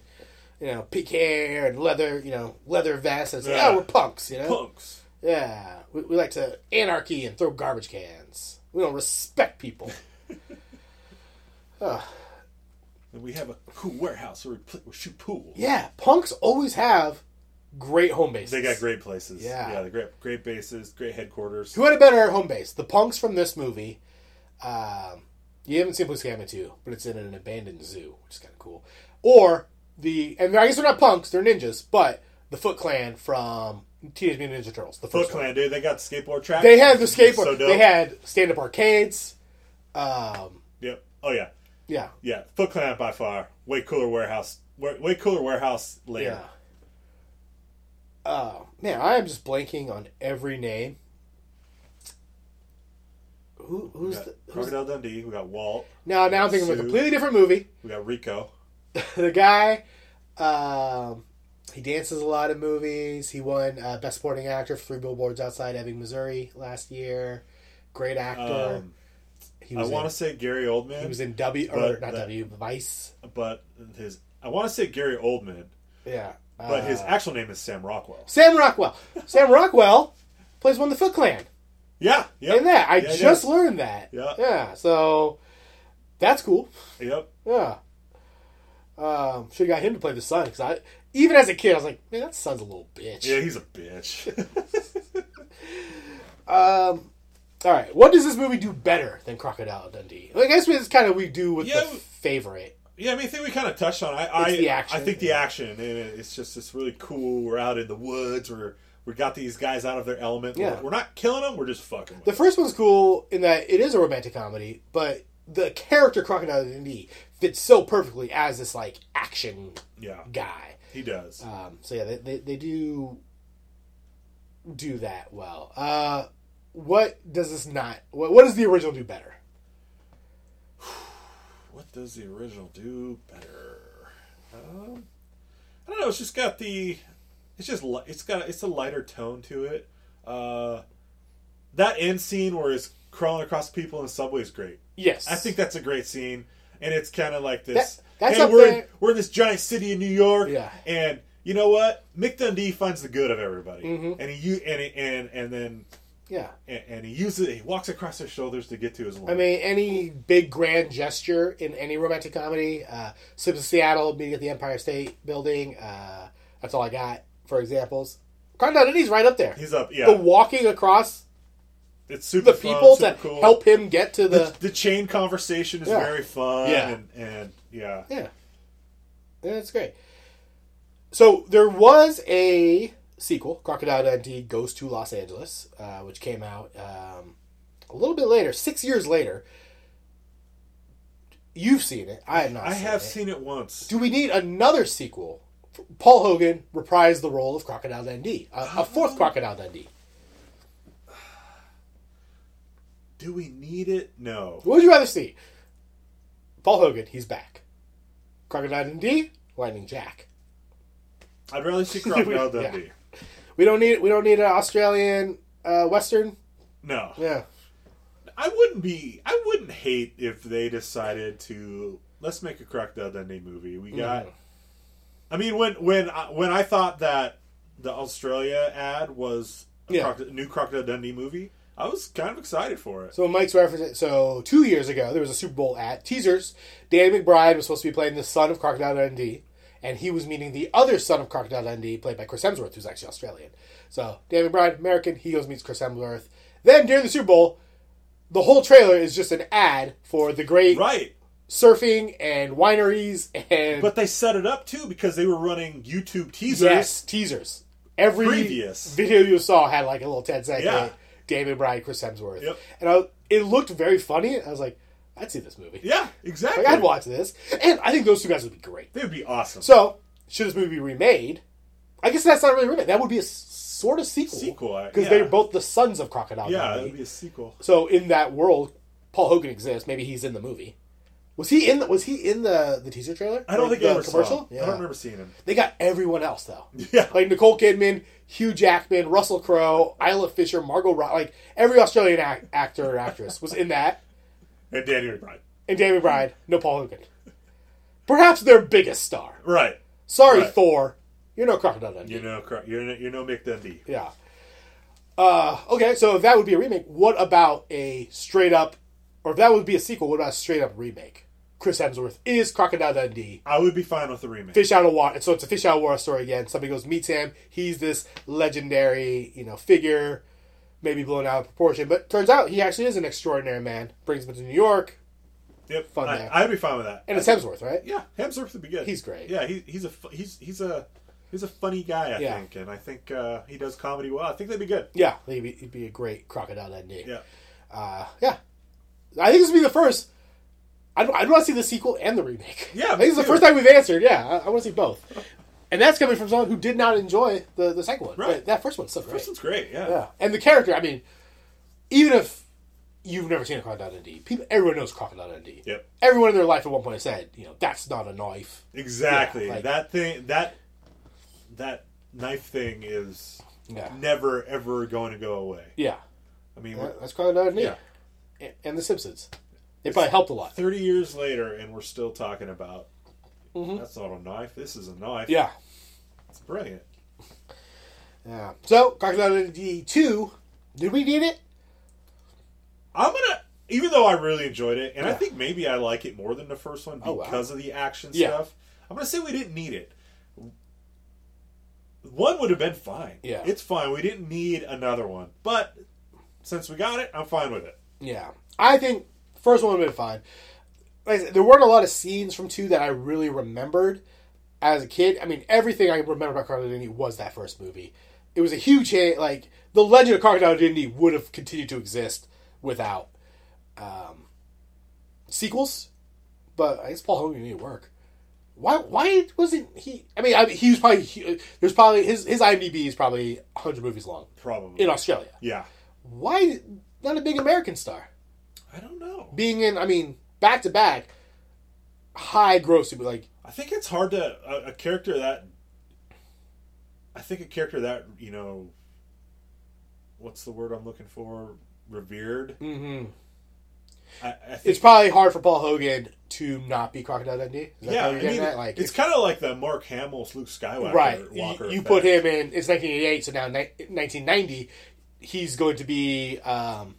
E: you know pink hair and leather, you know leather vests. It's like,
F: Yeah.
E: oh, we're punks, you know.
F: Punks.
E: Yeah, we, we like to anarchy and throw garbage cans. We don't respect people.
F: And we have a cool warehouse where we, play, we shoot pool.
E: Yeah, punks always have great home bases.
F: They got great places.
E: Yeah.
F: Yeah, they great great bases, great headquarters.
E: Who had a better home base? The punks from this movie. Um, you haven't seen Police Academy 2, but it's in an abandoned zoo, which is kind of cool. Or the, and I guess they're not punks, they're ninjas, but the Foot Clan from Teenage Mutant Ninja Turtles. The
F: Foot
E: first one.
F: Clan, dude, they got skateboard tracks.
E: They had the skateboard.
F: So dope.
E: they had stand up arcades. Um,
F: Yep. Oh yeah.
E: yeah.
F: Yeah. Foot Clan by far. Way cooler warehouse. Way, way cooler warehouse layer.
E: Yeah. Oh man, I am just blanking on every name. Who,
F: We
E: who's
F: got
E: the who's,
F: Crocodile Dundee. We got Walt.
E: now? Now I'm thinking of a
F: Sue.
E: completely different movie.
F: We got Rico.
E: The guy, um, he dances a lot of movies. He won uh, Best Supporting Actor for Three Billboards Outside Ebbing, Missouri last year. Great actor.
F: Um,
E: he
F: I
E: was
F: want
E: in,
F: to say Gary Oldman.
E: he was in W or
F: but
E: not
F: that-
E: W Vice.
F: but his I want to say Gary Oldman,
E: Yeah,
F: but his
E: Uh,
F: actual name is Sam Rockwell.
E: Sam Rockwell. Sam Rockwell plays one of the Foot Clan.
F: Yeah. Yep.
E: in that. I
F: Yeah,
E: just learned that.
F: Yeah.
E: So that's cool.
F: yeah. Yep.
E: Yeah. Um, should have got him to play the son because I, even as a kid, I was like, man, that son's a little bitch.
F: Yeah, he's a bitch.
E: All right, what does this movie do better than Crocodile Dundee? I guess it's kind of we do with
F: Yeah.
E: the favorite.
F: yeah, I mean, I think we kind of touched on. it. I, I,
E: It's the action.
F: I think the
E: Yeah.
F: action, and it- it's just this really cool. We're out in the woods. We're we got these guys out of their element.
E: Yeah.
F: We're, we're not killing them. We're just fucking. With
E: The
F: them.
E: first one's cool in that it is a romantic comedy, but the character Crocodile Dundee fits so perfectly as this like action
F: Yeah,
E: guy.
F: he does.
E: Um, so yeah, they, they, they do do that well. Uh, what does this not? What, what does the original do better?
F: what does the original do better? Um, I don't know. It's just got the. It's just li- it's got it's a lighter tone to it. Uh, that end scene where it's crawling across people in the subway is great.
E: Yes,
F: I think that's a great scene, and it's kind of like this.
E: That- that's
F: hey,
E: up
F: we're in,
E: there.
F: we're in this giant city in New York,
E: Yeah.
F: and you know what? Mick Dundee finds the good of everybody,
E: Mm-hmm.
F: and he u- and he- and and then
E: yeah.
F: and, and he uses he walks across their shoulders to get to his.
E: I mean, any big grand gesture in any romantic comedy, uh, Slips of Seattle meeting at the Empire State Building. Uh, that's all I got for examples. Crocodile Dundee's right up there.
F: he's up. Yeah,
E: The walking across
F: it's super.
E: the
F: fun,
E: people
F: super
E: to
F: cool.
E: help him get to the
F: the chain conversation is
E: Yeah.
F: very fun.
E: Yeah.
F: and, and yeah,
E: Yeah. Yeah, That's great. So there was a sequel, Crocodile Dundee Goes to Los Angeles, uh, which came out um, a little bit later, six years later. You've seen it. I have not.
F: I
E: seen
F: have
E: it.
F: seen it once.
E: Do we need another sequel? Paul Hogan reprised the role of Crocodile Dundee, a, a fourth Crocodile Dundee.
F: Do we need it? No.
E: What would you rather see? Paul Hogan, he's back. Crocodile Dundee, Lightning Jack.
F: I'd rather see Crocodile Dundee.
E: We don't need we don't need an Australian uh, Western.
F: No,
E: Yeah.
F: I wouldn't be. I wouldn't hate if they decided to let's make a Crocodile Dundee movie. We got. I mean, when when I, when I thought that the Australia ad was a
E: Yeah.
F: Croc- new Crocodile Dundee movie, I was kind of excited for it.
E: So Mike's reference. So two years ago, there was a Super Bowl at teasers. Danny McBride was supposed to be playing the son of Crocodile Dundee, and he was meeting the other son of Crocodile Dundee, played by Chris Hemsworth, who's actually Australian. So Danny McBride, American, he goes and meets Chris Hemsworth. Then during the Super Bowl, the whole trailer is just an ad for the great
F: right,
E: surfing and wineries and
F: but they set it up too because they were running YouTube teasers.
E: yes teasers. Every
F: Previous.
E: video you saw had like a little 10 second
F: Yeah.
E: David Bryan, Chris Hemsworth,
F: Yep.
E: and I, it looked very funny. I was like, I'd see this movie.
F: Yeah, exactly.
E: Like, I'd watch this, and I think those two guys would be great.
F: They would be awesome.
E: So, should this movie be remade? I guess that's not really remade. That would be a s- sort of sequel.
F: Sequel, I-
E: because
F: yeah.
E: they're both the sons of Crocodile.
F: yeah, that
E: Dundee.
F: would be a sequel.
E: So in that world, Paul Hogan exists. Maybe he's in the movie. Was he in? The, was he in the the teaser trailer?
F: I don't
E: Like,
F: think I
E: the
F: ever
E: commercial.
F: saw. him.
E: Yeah.
F: I don't remember seeing him.
E: They got everyone else though.
F: Yeah.
E: like Nicole Kidman, Hugh Jackman, Russell Crowe, Isla Fisher, Margot Robbie. Like every Australian ac actor or actress was in that,
F: And Danny McBride.
E: and Danny McBride, no Paul Hogan. Perhaps their biggest star.
F: Right.
E: Sorry,
F: Right.
E: Thor, you're no crocodile Dundee.
F: You know, cor- you're no, you're no Mick Dundee.
E: Yeah. Uh, okay, so if that would be a remake, what about a straight up, or if that would be a sequel, what about a straight up remake? Chris Hemsworth is Crocodile Dundee.
F: I would be fine with the remake.
E: fish out of water. So it's a fish out of water story again. Somebody goes meets him. He's this legendary, you know, figure, maybe blown out of proportion, but turns out he actually is an extraordinary man. Brings him to New York,
F: Yep.
E: Fun
F: I,
E: there.
F: I'd be fine with that.
E: and it's Hemsworth, right?
F: yeah, Hemsworth would be good.
E: He's great.
F: Yeah, he, he's a fu- he's he's a he's a funny guy. I
E: Yeah.
F: think, and I think uh, he does comedy well. I think that'd be good.
E: Yeah, he'd be, he'd be a great crocodile that day.
F: Yeah.
E: Uh, yeah. I think this would be the first. I'd, I'd want to see the sequel and the remake.
F: Yeah,
E: I think it's the
F: me too.
E: first time we've answered. Yeah, I, I want to see both. And that's coming from someone who did not enjoy the, the second one.
F: Right.
E: But That first one's so great.
F: First one's great. Yeah.
E: Yeah. And the character, I mean, even if you've never seen a Crocodile Dundee, people, everyone knows Crocodile Dundee.
F: Yep.
E: Everyone in their life at one point said, you know, that's not a knife.
F: Exactly.
E: Yeah, like-
F: that thing that that knife thing is
E: Yeah.
F: never ever going to go away.
E: Yeah.
F: I mean,
E: Yeah,
F: we're
E: That's Crocodile Dundee.
F: Yeah.
E: And, and The Simpsons. They probably helped a lot.
F: 30 years later and we're still talking about that's not a knife. This is a knife.
E: Mm-hmm. Yeah.
F: It's brilliant.
E: Yeah. So, Crocodile Dundee 2, did we need it?
F: I'm gonna, even though I really enjoyed it, and I
E: Yeah.
F: think maybe I like it more than the first one
E: Oh, wow.
F: because of the action
E: Yeah.
F: stuff. I'm gonna say we didn't need it. One would have been fine.
E: Yeah.
F: it's fine. We didn't need another one, but since we got it, I'm fine with it.
E: Yeah. I think first one would have been fine. Like I said, there weren't a lot of scenes from two that I really remembered as a kid. I mean, everything I remember about Crocodile Dundee was that first movie. It was a huge hit. Like the legend of Crocodile Dundee would have continued to exist without um, sequels. But I guess Paul Hogan didn't work. Why? Why wasn't he? I mean, I mean he was probably he, there's probably his his IMDb is probably 100 movies long
F: Probably.
E: in Australia.
F: yeah.
E: Why not a big American star?
F: I don't know.
E: being in, I mean, back to back, high grossing, but like,
F: I think it's hard to a, a character that. I think a character that you know. What's the word I'm looking for? Revered. Mm-hmm. I, I think
E: it's probably hard for Paul Hogan to not be Crocodile Dundee. Is that
F: yeah,
E: how
F: I
E: you're getting
F: mean,
E: at? like,
F: it's kind of like the Mark Hamill's Luke Skywalker.
E: right.
F: Walker
E: You, you
F: effect.
E: put him in. It's 1988, so now ni- 1990, he's going to be, um,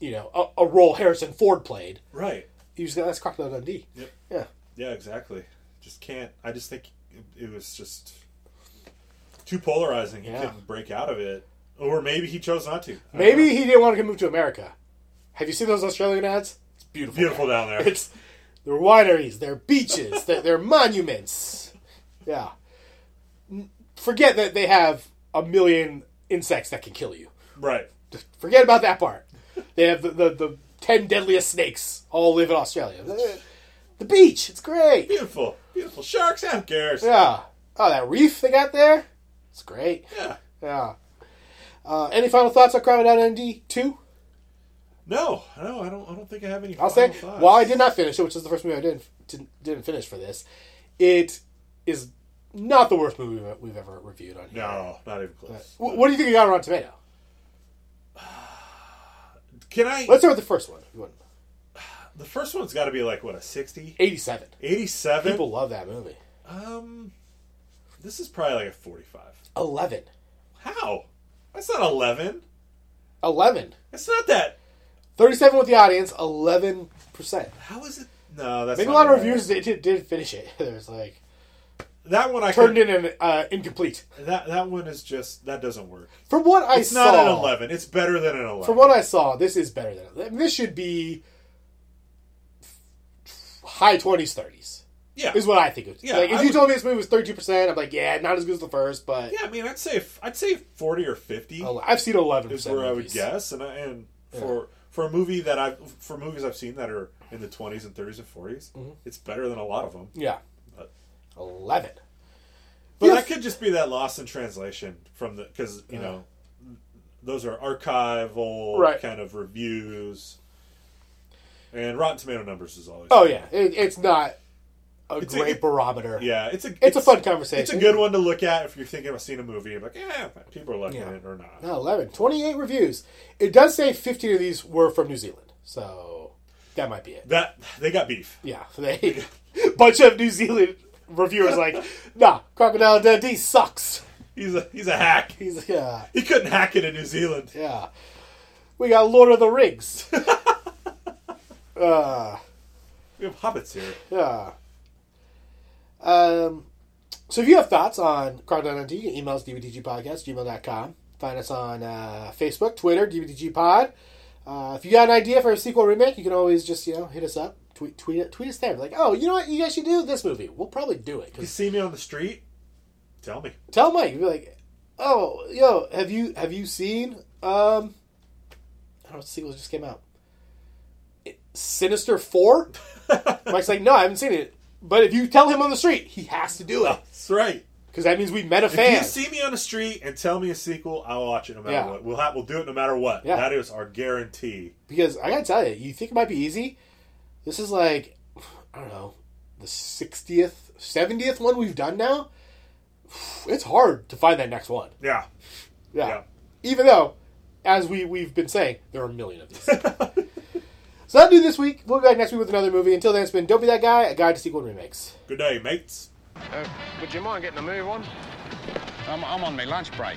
E: you know, a, a role Harrison Ford played.
F: right.
E: He was that's Crocodile Dundee.
F: Yep.
E: Yeah,
F: Yeah, exactly. Just can't. I just think it, it was just too polarizing. He
E: Yeah.
F: couldn't break out of it, or maybe he chose not to. I
E: maybe he didn't want to move to America. Have you seen those Australian ads? It's beautiful.
F: Beautiful down there.
E: It's their wineries, their beaches, their, their monuments. Yeah. N- Forget that they have a million insects that can kill you.
F: don't know. right.
E: Forget about that part. They have the, the, the 10 deadliest snakes all live in Australia. The- The beach, it's great.
F: Beautiful, beautiful sharks. Who cares?
E: Yeah. Oh, that reef they got there? It's great.
F: Yeah.
E: Yeah. Uh, any final thoughts on Crocodile Dundee 2?
F: No, no, I don't. I don't think I have any.
E: I'll say,
F: final thoughts.
E: while I did not finish it, which is the first movie I didn't didn't, didn't finish for this, it is not the worst movie we've- we've ever reviewed on here.
F: No, not even close.
E: Wh- What do you think you got on Rotten Tomato?
F: Can I?
E: Let's start with the first one. You want-
F: the first one's got to be like what a sixty,
E: 87.
F: eighty-seven.
E: People love that movie.
F: Um, this is probably like a forty-five.
E: 11.
F: How? That's not eleven.
E: 11.
F: It's not that.
E: 37 with the audience, 11%.
F: How is it? No, that's
E: Maybe a
F: not
E: lot of
F: right.
E: reviewers did, did, did finish it. There's like,
F: That one I
E: turned
F: could,
E: in an uh, incomplete.
F: That that one is just that doesn't work.
E: From what I
F: It's
E: saw.
F: not an eleven. It's better than an eleven.
E: From what I saw, this is better than I mean, This should be high 20s, 30s.
F: yeah,
E: is what I think. It was.
F: Yeah,
E: like if
F: I
E: you
F: would-
E: told me this movie was thirty two percent, I'm like, yeah, not as good as the first, but
F: yeah. I mean, I'd say I'd say forty or fifty
E: ele- I've seen eleven
F: is
E: percent.
F: where I would guess, and I, and for for a movie that I have for movies I've seen that are in the twenties and thirties and 40s
E: Mm-hmm.
F: it's better than a lot of them.
E: Yeah,
F: But-
E: eleven.
F: But
E: Yeah.
F: that could just be that loss in translation from the because you know those are archival
E: Right.
F: kind of reviews. And Rotten Tomato numbers is always.
E: Oh yeah, it, it's not a
F: It's a-
E: great barometer.
F: Yeah, it's a it's,
E: a fun conversation.
F: It's a good one to look at if you're thinking about seeing a movie. Like, yeah, people are liking
E: Yeah.
F: it or not.
E: No, 11. 28 reviews. It does say 15 of these were from New Zealand. So that might be it.
F: That they got beef.
E: Yeah. They, bunch of New Zealand reviewers like, nah, Crocodile Dundee sucks.
F: He's a he's a hack.
E: He's like, yeah,
F: He couldn't hack it in New Zealand.
E: yeah. We got Lord of the Rings.
F: We have hobbits here.
E: yeah. Um, so if you have thoughts on Crocodile Dundee, you can email us, dvdgpodcast, gmail.com. Find us on uh, Facebook, Twitter, dvdgpod. Uh, if you got an idea for a sequel remake, you can always just, you know, hit us up. Tweet, tweet, it- tweet us there. Like, oh, you know what? You guys should do this movie. We'll probably do it. 'Cause
F: You see me on the street, tell me.
E: tell Mike. Be like, oh, yo, have you have you seen? Um, I don't know. Sequel just came out. It- Sinister Four. Mike's like, no, I haven't seen it. But if you tell him on the street, he has to do it
F: That's right.
E: because that means we met a
F: Oh. If
E: fan.
F: you see me on the street and tell me a sequel, I'll watch it no matter
E: Yeah.
F: what. We'll have, we'll do it no matter what.
E: Yeah.
F: That is our guarantee.
E: because I gotta tell you, you think it might be easy? This is like, I don't know, the sixtieth, seventieth one we've done now. It's hard to find that next one.
F: Yeah.
E: Yeah.
F: Yeah.
E: Even though, as we, we've been saying, there are a million of these. so that'll do this week. We'll be back next week with another movie. Until then, it's been Don't Be That Guy, a guide to sequel and remakes.
F: Good day, mates.
G: Uh, would you mind getting a move on? I'm, I'm on my lunch break.